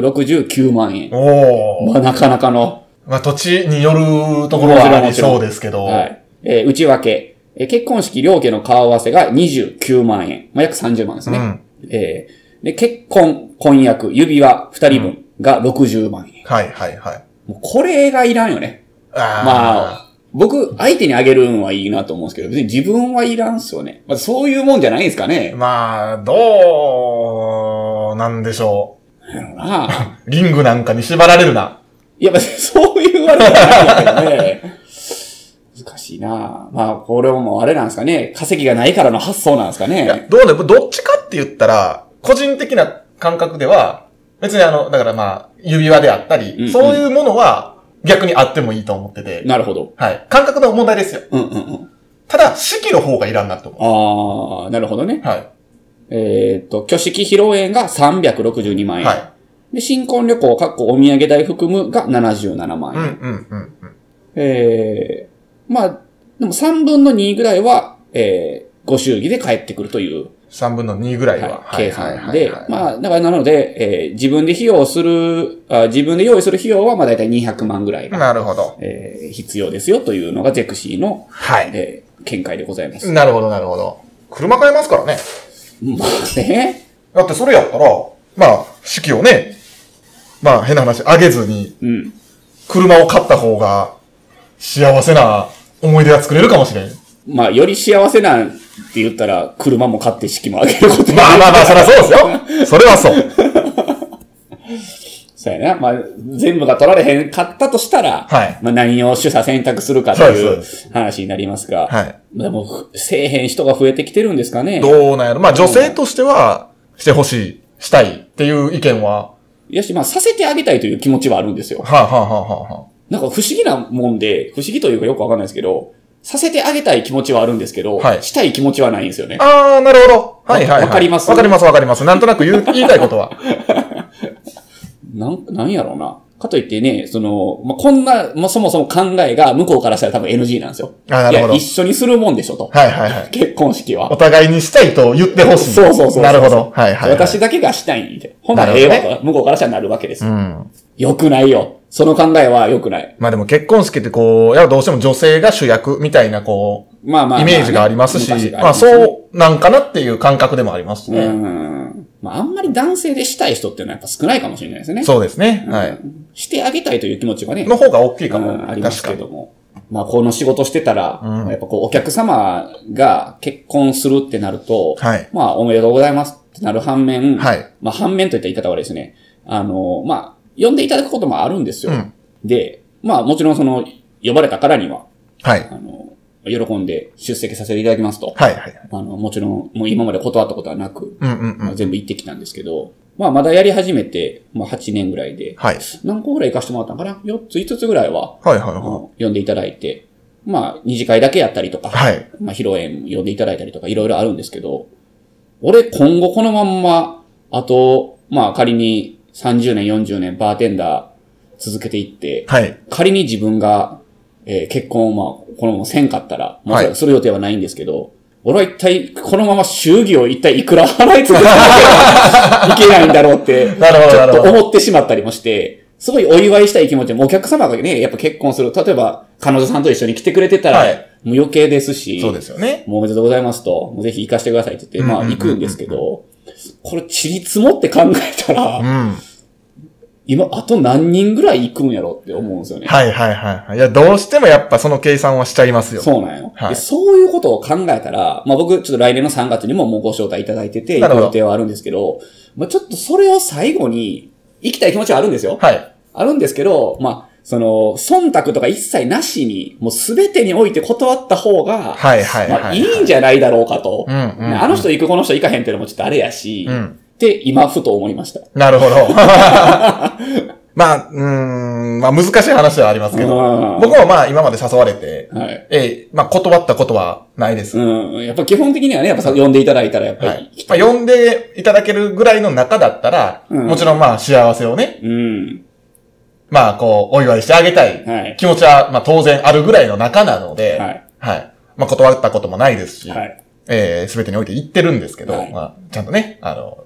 Speaker 2: 469万円。
Speaker 1: おー。
Speaker 2: まあ、なかなかの、
Speaker 1: まあ、土地によるところはありそうですけど。
Speaker 2: はい。えー内訳。えー結婚式両家の顔合わせが29万円。まあ、約30万です
Speaker 1: う
Speaker 2: ね。
Speaker 1: ん。
Speaker 2: えーで、結婚、婚約、指輪、二人分が60万円。
Speaker 1: はいはいはい。
Speaker 2: もうこれがいらんよね。ま
Speaker 1: あ
Speaker 2: あ、僕、相手にあげるんはいいなと思うんですけど、別に自分はいらんっすよね。まあ、そういうもんじゃないんですか
Speaker 1: ー。
Speaker 2: ね。
Speaker 1: まあ、どう、なんでしょ
Speaker 2: なるほどな。
Speaker 1: う。リングなんかに縛られるな。
Speaker 2: いや、別に *laughs* そういうわけじゃないんだけどね。難しいなまあ、これはもうあれなんですかね。稼ぎがないからの発想なんですか
Speaker 1: いや
Speaker 2: ね。
Speaker 1: どうね、どっちかって言ったら、個人的な感覚では、別にあの、だからまあ、指輪であったり、
Speaker 2: んうん
Speaker 1: そういうものは逆にあってもいいと思ってて、
Speaker 2: なるほど。
Speaker 1: はい。感覚の問題ですよ。
Speaker 2: うんうんうん。
Speaker 1: ただ、式の方がいらんなと思
Speaker 2: ああ、なるほどね
Speaker 1: う。。はい。
Speaker 2: えっ、と、挙式披露宴が362万円。
Speaker 1: はい。
Speaker 2: で、新婚旅行、かっこお土産代含むが77万
Speaker 1: う
Speaker 2: 円。
Speaker 1: んうんうんうん。
Speaker 2: えー、まあ、でも3分の2ぐらいは、えー、ご祝儀で帰ってくるという、
Speaker 1: 3分の2ぐらいは。
Speaker 2: はい、計算
Speaker 1: はい
Speaker 2: で
Speaker 1: はいはいは、い
Speaker 2: まあ、だからなので、えー、自分で費用するあ、自分で用意する費用は、まあ大体200万ぐらいが、
Speaker 1: なるほど。
Speaker 2: えー、必要ですよというのがゼクシーの、
Speaker 1: はい。
Speaker 2: えー、見解でございます。
Speaker 1: なるほど、なるほど。車買えますからね。
Speaker 2: まあね、
Speaker 1: だってそれやったら、まあ、式をね、まあ変な話、あげずに、
Speaker 2: うん。
Speaker 1: 車を買った方が、幸せな思い出が作れるかもしれん。
Speaker 2: まあ、より幸せなんって言ったら、車も買って式もあげることに
Speaker 1: まあまあまあ、そりゃそう *laughs* ですよ。それはそう。
Speaker 2: そうやな。まあ、全部が取られへんかったとしたら、
Speaker 1: はい
Speaker 2: まあ、何を取捨選択するかと
Speaker 1: そう
Speaker 2: い
Speaker 1: で
Speaker 2: う話になりますが、
Speaker 1: はい。
Speaker 2: でも、ふせえへん人が増えてきてるんですかね。
Speaker 1: どうなんやろ。まあ女性としては、してほしい、したいっていう意見は、
Speaker 2: いやし、まあ、させてあげたいという気持ちはあるんですよ。
Speaker 1: はあ、はあはあはあは
Speaker 2: なんか不思議なもんで、不思議というかよくわかんないですけど、させてあげたい気持ちはあるんですけど、
Speaker 1: はい
Speaker 2: したい気持ちはないんですよね。
Speaker 1: あ、あー、なるほど。はいはいはい。
Speaker 2: わかります
Speaker 1: わかりますわかります。なんとなく *laughs* 言う言いたいことは。
Speaker 2: なん、なんやろうな。かといってね、その、まあ、こんな、まあ、そもそも考えが向こうからしたら多分 NG なんですよ。
Speaker 1: あなるほど
Speaker 2: いや、一緒にするもんでしょと。
Speaker 1: はいはいはい。
Speaker 2: 結婚式は
Speaker 1: お。互いにしたいと言ってほしい。
Speaker 2: そうそうそうそう
Speaker 1: なるほど。はいはい、はい。
Speaker 2: 私だけがしたいんで。ほな、
Speaker 1: なる
Speaker 2: え
Speaker 1: ほ
Speaker 2: え
Speaker 1: どね
Speaker 2: わと、向こうからしたらなるわけです
Speaker 1: う。ん。
Speaker 2: よくないよ。その考えはよくない。
Speaker 1: まあでも結婚式ってこう、やっぱどうしても女性が主役みたいなこ
Speaker 2: まあまあまあ
Speaker 1: う、
Speaker 2: ね、
Speaker 1: イメージがありますし、
Speaker 2: 昔
Speaker 1: ま
Speaker 2: が
Speaker 1: あ
Speaker 2: りますね
Speaker 1: そうなんかなっていう感覚でもあります
Speaker 2: う
Speaker 1: ね。
Speaker 2: ん。まああんまり男性でしたい人っていうのはやっぱ少ないかもしれないですね。
Speaker 1: そうですね。
Speaker 2: うん
Speaker 1: はい。。
Speaker 2: してあげたいという気持ちがね、
Speaker 1: の方が大きいか
Speaker 2: う
Speaker 1: も
Speaker 2: ん。あります
Speaker 1: 確か
Speaker 2: け
Speaker 1: に。
Speaker 2: ども。まあ、この仕事してたら、
Speaker 1: うん
Speaker 2: やっぱこう、お客様が結婚するってなると、
Speaker 1: はい
Speaker 2: まあ、おめでとうございますってなる反面、
Speaker 1: はい
Speaker 2: まあ、反面といった言い方は悪いですね。あの、まあ、呼んでいただくこともあるんですよ。
Speaker 1: うん
Speaker 2: で、まあ、もちろんその、呼ばれたからには、
Speaker 1: はい。
Speaker 2: あの、喜んで出席させていただきますと。
Speaker 1: はい、はい。
Speaker 2: あの、もちろん、もう今まで断ったことはなく、
Speaker 1: うん、うん、う
Speaker 2: まあ
Speaker 1: ん。
Speaker 2: 全部行ってきたんですけど、まあ、まだやり始めて、まあ、8年ぐらいで、
Speaker 1: はい。
Speaker 2: 何個ぐらい行かせてもらったのかな ?4 つ、5つぐらいは、
Speaker 1: はい、はい、
Speaker 2: あ
Speaker 1: は
Speaker 2: の呼んでいただいて、まあ、二次会だけやったりとか、
Speaker 1: い。はい。
Speaker 2: まあ、披露宴呼んでいただいたりとか、いろいろあるんですけど、俺、今後このまんま、あと、まあ、仮に30年、40年、バーテンダー続けていって、
Speaker 1: はい。
Speaker 2: 仮に自分が、えー結婚を、まあ、このまませんかったら、も
Speaker 1: は
Speaker 2: ち
Speaker 1: い
Speaker 2: ろんする予定はないんですけど、俺は一体、このまま祝儀を一体いくら払い続けな *laughs* きゃいけないんだろうって、
Speaker 1: なるほど、なる
Speaker 2: と
Speaker 1: ほど。
Speaker 2: 思ってしまったりもして、すごいお祝いしたい気持ちもお客様がね、やっぱ結婚する。例えば、彼女さんと一緒に来てくれてたら、
Speaker 1: はい
Speaker 2: もう余計ですし、
Speaker 1: そうですよね。
Speaker 2: もうおめでとうございますと、もうぜひ行かせてくださいって言って、ま
Speaker 1: う
Speaker 2: あ
Speaker 1: んうんうん
Speaker 2: 行くんですけど、これ、ちり積もって考えたら、
Speaker 1: うん。はい、
Speaker 2: 今、あと何人ぐらい行くんやろって思うんですよね。
Speaker 1: はい、はいはい。いや、どうしてもやっぱその計算はしちゃいますよ。
Speaker 2: そうなんよ、
Speaker 1: はい
Speaker 2: でそういうことを考えたら、まあ僕、ちょっと来年の3月にももうご招待いただいてて、
Speaker 1: なる
Speaker 2: 行く
Speaker 1: ほど
Speaker 2: 予定はあるんですけど、まあちょっとそれを最後に、行きたい気持ちはあるんですよ。
Speaker 1: はい。
Speaker 2: あるんですけど、まあ、その、忖度とか一切なしに、もうすべてにおいて断った方が、
Speaker 1: はい、はい、
Speaker 2: ま
Speaker 1: は
Speaker 2: あ、
Speaker 1: い。
Speaker 2: いいんじゃないだろうかと。
Speaker 1: うんうんうん
Speaker 2: あの人行く、この人行かへんっていうのもちょっとあれやし、
Speaker 1: うん
Speaker 2: って今ふと思いました。
Speaker 1: なるほ
Speaker 2: *laughs*
Speaker 1: ど。まあ、うーん、まあ難しい話ではありますけど、
Speaker 2: うん
Speaker 1: 僕もまあ今まで誘われて、
Speaker 2: はい。
Speaker 1: ええ、まあ断ったことはないです。
Speaker 2: うん。やっぱ基本的にはね、やっぱさ呼んでいただいたらやっぱ
Speaker 1: は
Speaker 2: り
Speaker 1: い。まあ呼んでいただけるぐらいの中だったら、
Speaker 2: うん
Speaker 1: もちろんまあ幸せをね、
Speaker 2: うん。
Speaker 1: まあこうお祝いしてあげた
Speaker 2: はいい
Speaker 1: 気持ちはまあ当然あるぐらいの中なので、
Speaker 2: はい。
Speaker 1: まあ断ったこともないですし、
Speaker 2: はい。
Speaker 1: ええ、すべてにおいて言ってるんですけど、
Speaker 2: はい
Speaker 1: まあちゃんとね、あの、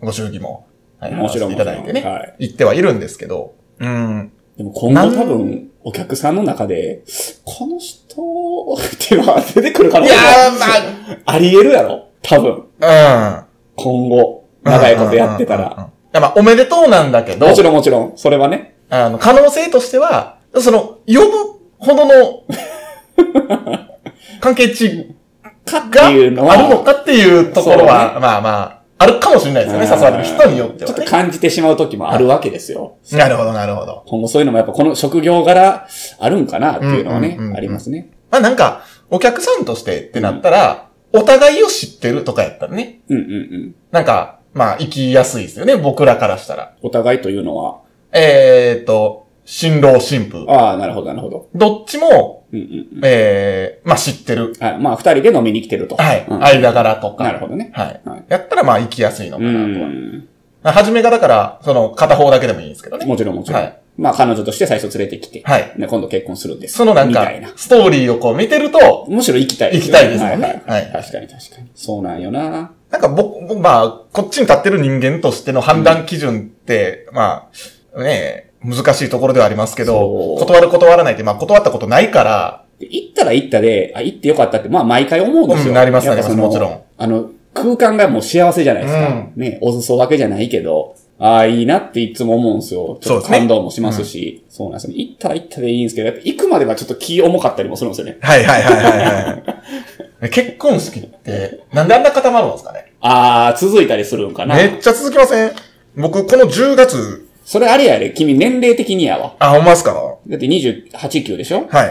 Speaker 1: ご祝儀も、はい、
Speaker 2: もちろん
Speaker 1: 払わせていただいてね、
Speaker 2: もちろんはい
Speaker 1: 言ってはいるんですけど、うん、
Speaker 2: でも今後多分、お客さんの中で、この人っていうのが出てくる可能
Speaker 1: い
Speaker 2: 性
Speaker 1: や
Speaker 2: が
Speaker 1: ー、まあ、
Speaker 2: あり得るやろ多分。
Speaker 1: うん。
Speaker 2: 今後、長いことやってた
Speaker 1: うんうんうんう
Speaker 2: ら。
Speaker 1: ん。いや、まあ、おめでとうなんだけど、
Speaker 2: もちろんもちろん、それはね。
Speaker 1: あの、可能性としては、その、呼ぶほど *laughs* の、関係値
Speaker 2: かって
Speaker 1: があ
Speaker 2: いう
Speaker 1: る
Speaker 2: のは、
Speaker 1: のかっていうところ
Speaker 2: そう
Speaker 1: は、まあまあ、あるかもしれないですよね、誘われる人によって
Speaker 2: ちょ
Speaker 1: は
Speaker 2: っと
Speaker 1: ね。
Speaker 2: 感じてしまう時もあるわけですよ。
Speaker 1: なるほど、なるほど。
Speaker 2: 今後そういうのもやっぱこの職業柄あるんかなっていうのは
Speaker 1: うんう
Speaker 2: ね、
Speaker 1: んうんうん
Speaker 2: ありますね。
Speaker 1: まあなんか、お客さんとしてってなったら、お互いを知ってるとかやったらね、
Speaker 2: うんうんうん。
Speaker 1: なんか、まあ、行きやすいですよね、僕らからしたら。
Speaker 2: お互いというのは、
Speaker 1: えーと、新郎新婦。
Speaker 2: ああ、なるほどなるほど。
Speaker 1: どっちも、
Speaker 2: うんうんうん。
Speaker 1: えー、まあ知ってる。
Speaker 2: はい、まあ二人で飲みに来てると。
Speaker 1: はい。
Speaker 2: うん
Speaker 1: 間柄とか。
Speaker 2: なるほどね
Speaker 1: はい
Speaker 2: はい。
Speaker 1: やったらまあ行きやすいのか
Speaker 2: う
Speaker 1: なとは。
Speaker 2: ん。
Speaker 1: まあ初めがだから、その片方だけでもいいんですけどね。
Speaker 2: もちろんもちろん。
Speaker 1: はい
Speaker 2: まあ彼女として最初連れてきて、
Speaker 1: はい。
Speaker 2: ね、今度結婚するんです。
Speaker 1: そのなん
Speaker 2: み
Speaker 1: か
Speaker 2: たいな、。
Speaker 1: ストーリーをこう見てると、
Speaker 2: むしろ行きたい、
Speaker 1: 行きたいですも
Speaker 2: は
Speaker 1: ん
Speaker 2: い
Speaker 1: ね
Speaker 2: はいはい。
Speaker 1: はい
Speaker 2: 確かに確かに。そうなんよな。
Speaker 1: なんか僕、僕まあ、こっちに立ってる人間としての判断基準って、まあ、ねえ、難しいところではありますけ
Speaker 2: そ
Speaker 1: ど、
Speaker 2: う
Speaker 1: 断る断らないって、まあ断ったことないから、
Speaker 2: で行ったら行ったで、あ、行ってよかったって、まあ毎回思うんですよ。
Speaker 1: うんなります
Speaker 2: やっぱその
Speaker 1: なりますもちろん。
Speaker 2: あの、空間がもう幸せじゃないですか。
Speaker 1: うん
Speaker 2: ね、お裾分けじゃないけど、ああ、いいなっていつも思うんですよ。ちょっと
Speaker 1: そうですね
Speaker 2: 感動もしますし。そう,、なんですよね。行ったら行ったでいいんですけど、やっぱ行くまではちょっと気重かったりもするんですよね。
Speaker 1: はいはいはいはい
Speaker 2: *laughs*
Speaker 1: はい。結婚式って、なんであんな固まるんですかね
Speaker 2: ああ、続いたりするんかな。
Speaker 1: めっちゃ続きません僕、この10月、
Speaker 2: それあれやで、君年齢的にやわ。
Speaker 1: あ、ほんまっすかは
Speaker 2: だって28、9でし
Speaker 1: い。
Speaker 2: ょだか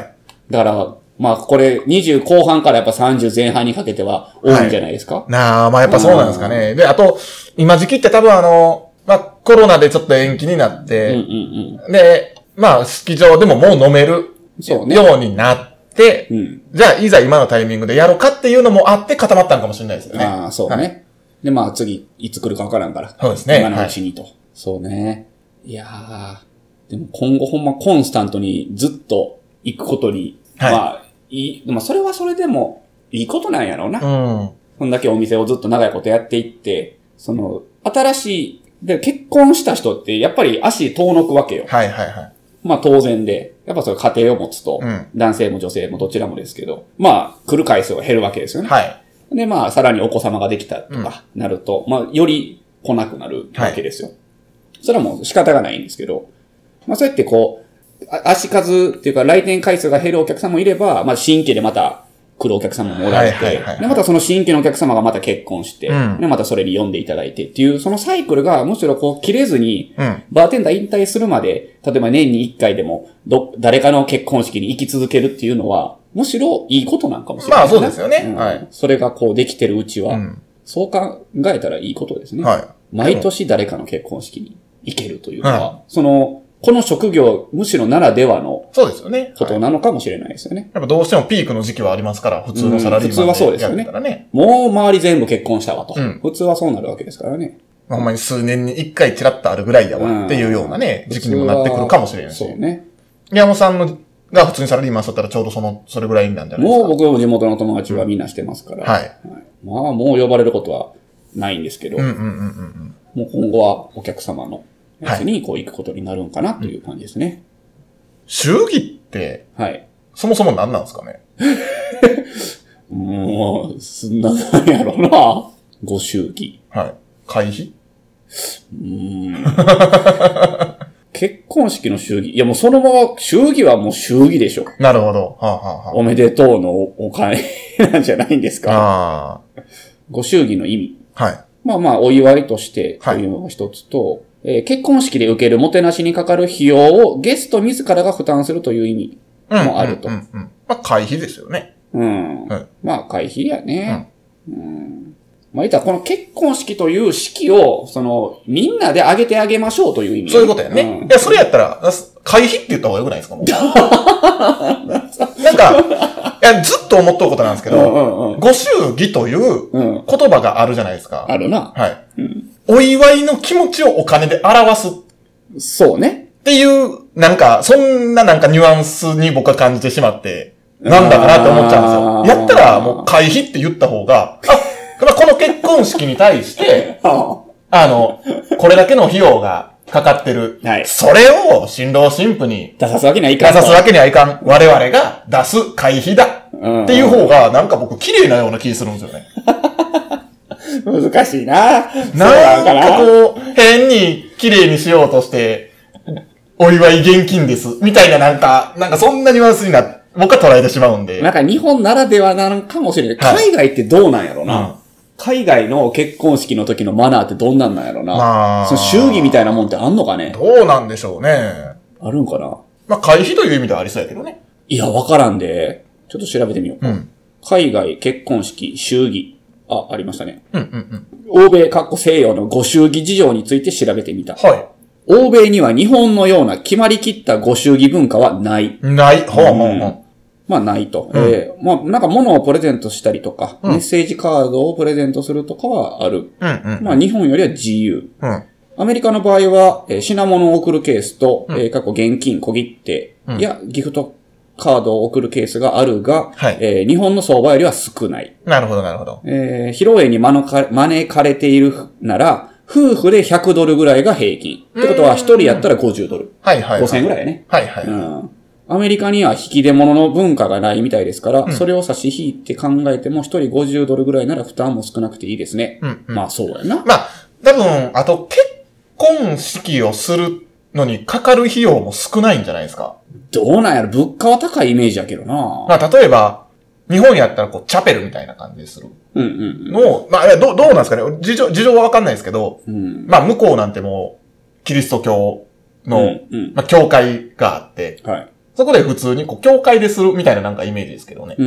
Speaker 2: ら、まあこれ20後半からやっぱ30前半にかけては多いんじゃないですか、
Speaker 1: なあ、まあやっぱそうなんですかね。で、あと、今時期って多分あの、まあコロナでちょっと延期になっ
Speaker 2: うんう
Speaker 1: て、
Speaker 2: ん
Speaker 1: で、まあ式場でももう飲める
Speaker 2: そうね
Speaker 1: ようになって、
Speaker 2: うん。うん。
Speaker 1: じゃあいざ今のタイミングでやろうかっていうのもあって固まったのかもしれないですよね。
Speaker 2: ああ、そうね。
Speaker 1: はい
Speaker 2: で、まあ次、いつ来るかわからんから。
Speaker 1: そうですね
Speaker 2: 今のうちにと。そうね。いやー、でも今後ほんまコンスタントにずっと行くことに、
Speaker 1: はい
Speaker 2: まあ、いい、まあそれはそれでもいいことなんやろうな。
Speaker 1: うん。
Speaker 2: そんだけお店をずっと長いことやっていって、その、新しい、で、結婚した人ってやっぱり足遠のくわけよ。
Speaker 1: はいはいはい。
Speaker 2: まあ当然で、やっぱそれ家庭を持つと、
Speaker 1: うん
Speaker 2: 男性も女性もどちらもですけど、まあ来る回数が減るわけですよね。
Speaker 1: はい。
Speaker 2: で、まあ、さらにお子様ができたとか、なると、まあ、より来なくなるわけですよ。それはもう仕方がないんですけど、まあ、そうやってこう、あ足数っていうか来店回数が減るお客さんもいれば、まあ新規でまた来るお客様もおられ
Speaker 1: はいはいはいは
Speaker 2: て、
Speaker 1: い
Speaker 2: で、またその新規のお客様がまた結婚して、
Speaker 1: うん
Speaker 2: で、またそれに読んでいただいてっていう、そのサイクルがむしろこう切れずに、
Speaker 1: うん
Speaker 2: バーテンダー引退するまで、例えば年に1回でも、ど、誰かの結婚式に行き続けるっていうのは、むしろいいことなんかもしれない、
Speaker 1: まあそうですよねはい
Speaker 2: それがこうできてるうちは、
Speaker 1: うん
Speaker 2: そう考えたらいいことですね。
Speaker 1: は
Speaker 2: 毎年誰かの結婚式に行けるというのは、その、この職業、むしろならではの
Speaker 1: い。そうですよね。
Speaker 2: こ
Speaker 1: はい
Speaker 2: となのかもしれないですよね。
Speaker 1: やっぱどうしてもピークの時期はありますから、普通のサラリーマン
Speaker 2: うん普通はそうですよね
Speaker 1: やったらね。
Speaker 2: もう周り全部結婚したわと。
Speaker 1: うん
Speaker 2: 普通はそうなるわけですからね。
Speaker 1: まあほんまに数年に一回チラッとあるぐらいやわっていうようなね、時期にもなってくるかもしれないし
Speaker 2: そ。うね。
Speaker 1: 宮本さんのが普通にサラリーマンだったらちょうどその、それぐらいなんじゃないです
Speaker 2: も
Speaker 1: か。
Speaker 2: う僕も地元の友達はみんなしてますから。
Speaker 1: はい。
Speaker 2: まあ、もう呼ばれることはないんですけど、
Speaker 1: うんうんうんうん
Speaker 2: もう今後はお客様のやつにこう行くことになるんかなという感じですね。
Speaker 1: 祝儀って、
Speaker 2: はい。
Speaker 1: そもそも何なんですかね
Speaker 2: もう、すんな、なんやろな。ご祝儀。
Speaker 1: はい。会費
Speaker 2: う
Speaker 1: *laughs*
Speaker 2: ーん。結婚式の祝儀。いや、もうそのまま、祝儀はもう祝儀でしょ。
Speaker 1: なるほど。はあ、は
Speaker 2: おめでとうのお金 *laughs* なんじゃないんです
Speaker 1: あ、
Speaker 2: か。
Speaker 1: はあ。あ
Speaker 2: ご祝儀の意味。
Speaker 1: あ。はい。
Speaker 2: まあまあ、お祝いとして、と
Speaker 1: はい
Speaker 2: いうのが一つと、えー結婚式で受けるもてなしにかかる費用をゲスト自らが負担するという意味
Speaker 1: うん。
Speaker 2: もあると
Speaker 1: うんうんうん。まあ、会費ですよね。
Speaker 2: うん
Speaker 1: はい
Speaker 2: まあ、会費やね。うんまあ、言ったら、この結婚式という式を、その、みんなで上げてあげましょうという意味。
Speaker 1: そういうことやね。
Speaker 2: うん
Speaker 1: いや、それやったら、あす会費って言った方が良くないですかもうなんか、いや、ずっと思っとうことなんですけ
Speaker 2: うん
Speaker 1: ど、
Speaker 2: うんうん。
Speaker 1: ご祝儀という
Speaker 2: うん。
Speaker 1: 言葉があるじゃないですか。
Speaker 2: あるな。
Speaker 1: はい。お祝いの気持ちをお金で表すっ
Speaker 2: そうね。
Speaker 1: ていう、なんか、そんななんかニュアンスに僕は感じてしまって、なんだかなって思っちゃうんです
Speaker 2: あ
Speaker 1: よ。
Speaker 2: ー
Speaker 1: やったら、もう会費って言った方が、あ、まあこの結婚式に対して、
Speaker 2: *laughs* あ
Speaker 1: あの、これだけの費用がかかってる。
Speaker 2: はい
Speaker 1: それを新郎新婦に
Speaker 2: 出さすわけない
Speaker 1: 出
Speaker 2: か
Speaker 1: さ
Speaker 2: ら。
Speaker 1: すわけにはいかん。我々が出す会費だ。
Speaker 2: うん
Speaker 1: っていう方が、なんか僕、綺麗なような気するんですよね。
Speaker 2: 難しいな。
Speaker 1: なんか
Speaker 2: そう
Speaker 1: こう、変に綺麗にしようとして、お祝い現金です。みたいななんか、なんかそんなニュアンスにな、僕は捉えてしまうんで。
Speaker 2: なんか日本ならではなのかもしれない。
Speaker 1: はい
Speaker 2: 海外ってどうなんやろな、
Speaker 1: うん
Speaker 2: 海外の結婚式の時のマナーってどんなんなんやろな、
Speaker 1: まあ
Speaker 2: その祝儀みたいなもんってあんのかね
Speaker 1: どうなんでしょうね。
Speaker 2: あるんかな
Speaker 1: まあ、会費という意味ではありそうやけどね。
Speaker 2: いや、わからんで、ちょっと調べてみよう。
Speaker 1: うん。
Speaker 2: 海外結婚式、祝儀。あ、ありましたね。
Speaker 1: うんうんうん。
Speaker 2: 欧米かっこ西洋のご祝儀事情について調べてみた。
Speaker 1: は
Speaker 2: 欧米には日本のような決まりきったご祝儀文化はない。
Speaker 1: い。ない。ほうほうほう。
Speaker 2: まあないと。
Speaker 1: うん
Speaker 2: えーまあなんか物をプレゼントしたりとか、
Speaker 1: うん
Speaker 2: メッセージカードをプレゼントするとかはある。
Speaker 1: うんうん。
Speaker 2: まあ日本よりは自由。
Speaker 1: うん。
Speaker 2: アメリカの場合は、えー品物を送るケースと、えー過去現金、小切手
Speaker 1: うん
Speaker 2: やギフトカードを送るケースがあるが、
Speaker 1: はい
Speaker 2: えー日本の相場よりは少ない。
Speaker 1: なるほど、なるほど。
Speaker 2: えー披露宴に招か招かれているなら、夫婦で100ドルぐらいが平均。ってことは、一人やったら50ドル。
Speaker 1: はいはい、はい。
Speaker 2: 5000円ぐらいやね。
Speaker 1: はいはい。
Speaker 2: うんアメリカには引き出物の文化がないみたいですから、それを差し引いて考えても、一人50ドルぐらいなら負担も少なくていいですね。
Speaker 1: うんうん
Speaker 2: まあそうやな。
Speaker 1: まあ、多分、あと、結婚式をするのにかかる費用も少ないんじゃないですか。
Speaker 2: どうなんやろ物価は高いイメージやけどな。
Speaker 1: まあ、例えば、日本やったら、こう、チャペルみたいな感じでする
Speaker 2: うんうん
Speaker 1: のを、まあ、いやどう、どうなんですかね。事情、事情はわかんないですけど、
Speaker 2: うん。うん。
Speaker 1: まあ、向こうなんてもう、キリスト教の、
Speaker 2: うん
Speaker 1: まあ、教会があって、
Speaker 2: うん。はい。
Speaker 1: そこで普通に、こう、教会でするみたいななんかイメージですけどね。い
Speaker 2: う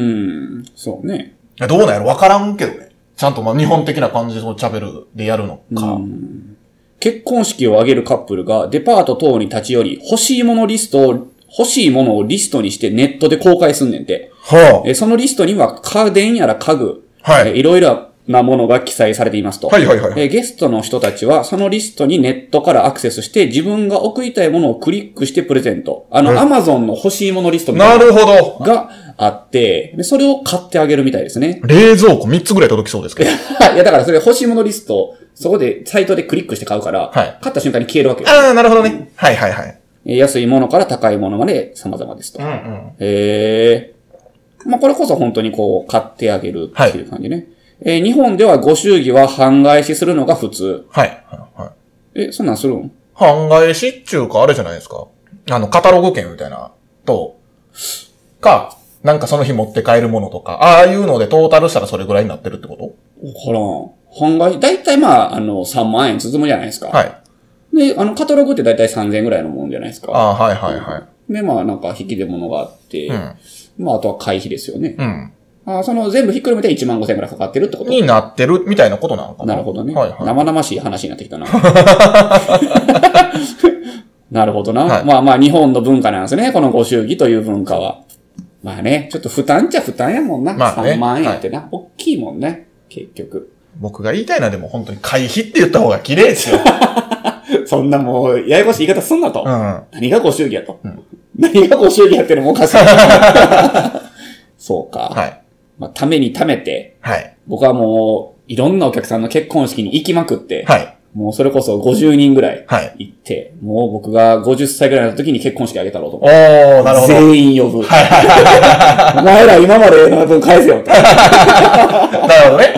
Speaker 2: ん。そうね。
Speaker 1: やどうなんやろわからんけどね。ちゃんと、まあ、日本的な感じで、そのチャペルでやるのか。
Speaker 2: うん結婚式を挙げるカップルがデパート等に立ち寄り、欲しいものリストを、欲しいものをリストにしてネットで公開すんねんて。
Speaker 1: は
Speaker 2: えそのリストには家電やら家具、
Speaker 1: あ。はい
Speaker 2: え。いろいろなものが記載されていますと。
Speaker 1: はいはいはいはい。
Speaker 2: えーゲストの人たちは、そのリストにネットからアクセスして、自分が送りたいものをクリックしてプレゼント。あの、アマゾンの欲しいものリストみた
Speaker 1: ない
Speaker 2: な
Speaker 1: るほど。
Speaker 2: のがあって、でそれを買ってあげるみたいですね。
Speaker 1: 冷蔵庫3つぐらい届きそうですけど。
Speaker 2: *laughs* いや、だからそれ欲しいものリスト、そこで、サイトでクリックして買うから、
Speaker 1: はい
Speaker 2: 買った瞬間に消えるわけよ。
Speaker 1: ああ、なるほどね。はいはいはい。
Speaker 2: えー安いものから高いものまで様々ですと。
Speaker 1: うんうん。
Speaker 2: へえ。まあ、これこそ本当にこう、買ってあげるっていう感じね。えー日本ではご祝儀は半返しするのが普通。
Speaker 1: はい。はいはい
Speaker 2: え、そんなんするん
Speaker 1: 半返しっちゅうか、あれじゃないですか。あの、カタログ券みたいな、と、か、なんかその日持って帰るものとか、ああいうのでトータルしたらそれぐらいになってるってこ
Speaker 2: わからん。販売、だいたいまあ、あの、3万円包むじゃないですか。
Speaker 1: とはい。
Speaker 2: で、あの、カタログってだいたい3000円ぐらいのもんじゃないです
Speaker 1: あ
Speaker 2: か。
Speaker 1: あ、はいはいは
Speaker 2: で、まあ、なんか引き出物があって、
Speaker 1: い。うん。
Speaker 2: まあ、あとは会費ですよね。
Speaker 1: うん。
Speaker 2: あその全部ひっくるめて1万5千円くらいかかってるってこと
Speaker 1: になってるみたいなことなのかな
Speaker 2: なるほどね、
Speaker 1: はいはい。
Speaker 2: 生々しい話になっ
Speaker 1: *laughs*
Speaker 2: てきたな。なるほどな、
Speaker 1: はい
Speaker 2: まあまあ、日本の文化なんですね。このご祝儀という文化は。まあね、ちょっと負担っちゃ負担やもんな。
Speaker 1: まあね
Speaker 2: 3万円やってな、大きいもんね。結局。
Speaker 1: 僕が言いたいのはでも本当に会費って言った方が綺麗
Speaker 2: *laughs*
Speaker 1: ですよ。
Speaker 2: そんなもう、ややこしい言い方すんなと。
Speaker 1: うん。
Speaker 2: 何がご祝儀やと。何がご祝儀やってるのもお
Speaker 1: *laughs*
Speaker 2: かしい。そうか。
Speaker 1: はい。
Speaker 2: まあ、ためにためて、
Speaker 1: はい。
Speaker 2: 僕はもう、いろんなお客さんの結婚式に行きまくって、
Speaker 1: はい。
Speaker 2: もうそれこそ50人ぐらい
Speaker 1: はい。
Speaker 2: 行って、もう僕が50歳ぐらいの時に結婚式あげたろうと思
Speaker 1: おー、なるほど。
Speaker 2: って。全員呼ぶ。お前ら今までの分返せよと。
Speaker 1: なるほどね。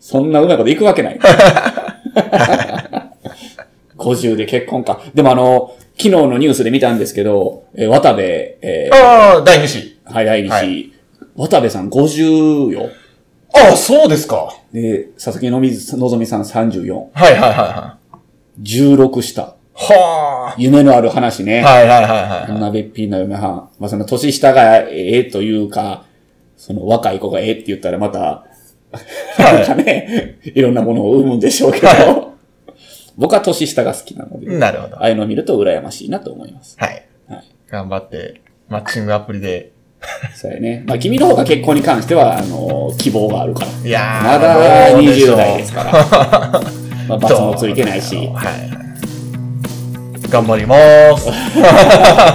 Speaker 2: そんなうまいこといくわけない。50で結婚か。でもあの、昨日のニュースで見たんですけど、えー渡部、えー
Speaker 1: ああ、第2子。
Speaker 2: 早い日、
Speaker 1: は
Speaker 2: 渡部さん50よ。
Speaker 1: ああ、そうですか。は
Speaker 2: で、佐々木のみずのぞみさん34。
Speaker 1: いはいはいは
Speaker 2: 16した。
Speaker 1: い。は
Speaker 2: 夢のある話ね。
Speaker 1: あ。はいはいはい
Speaker 2: こ
Speaker 1: は
Speaker 2: んなべっぴんな嫁はん。まあ、その年下がええというか、その若い子がええって言ったらまた、なんかね、いろんなものを生むんでしょうけど、僕は年下が好きな *laughs* ので、
Speaker 1: い。なるほど。
Speaker 2: ああいうのを見ると羨ましいなと思います。
Speaker 1: はい。
Speaker 2: はい。
Speaker 1: 頑張って、マッチングアプリで。
Speaker 2: そうやね。まあ、君の方が結婚に関しては、あの、希望があるから。
Speaker 1: いやー、
Speaker 2: まだ
Speaker 1: どうでしょ
Speaker 2: 20
Speaker 1: う
Speaker 2: 代で
Speaker 1: *laughs*
Speaker 2: すから。まあ、罰もついてないし。
Speaker 1: はい。頑張りまーす。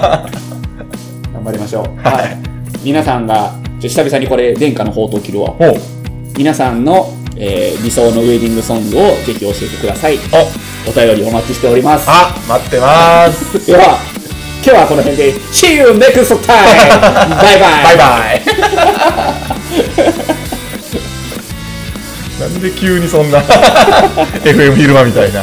Speaker 2: 頑張りましょう。
Speaker 1: は
Speaker 2: はい。皆さんが、ちょ久々にこれ、殿下の宝刀切るわ。
Speaker 1: おう
Speaker 2: 皆さんの、えー理想のウェディングソングをぜひ教えてください。
Speaker 1: お、
Speaker 2: お便りお待ちしております。
Speaker 1: あ、待ってまーす。
Speaker 2: *laughs* では、今日はこの辺で、See you next time! バイバイ
Speaker 1: バイバイ。 *laughs* *laughs* なんで急にそんな FM 昼間みたいな。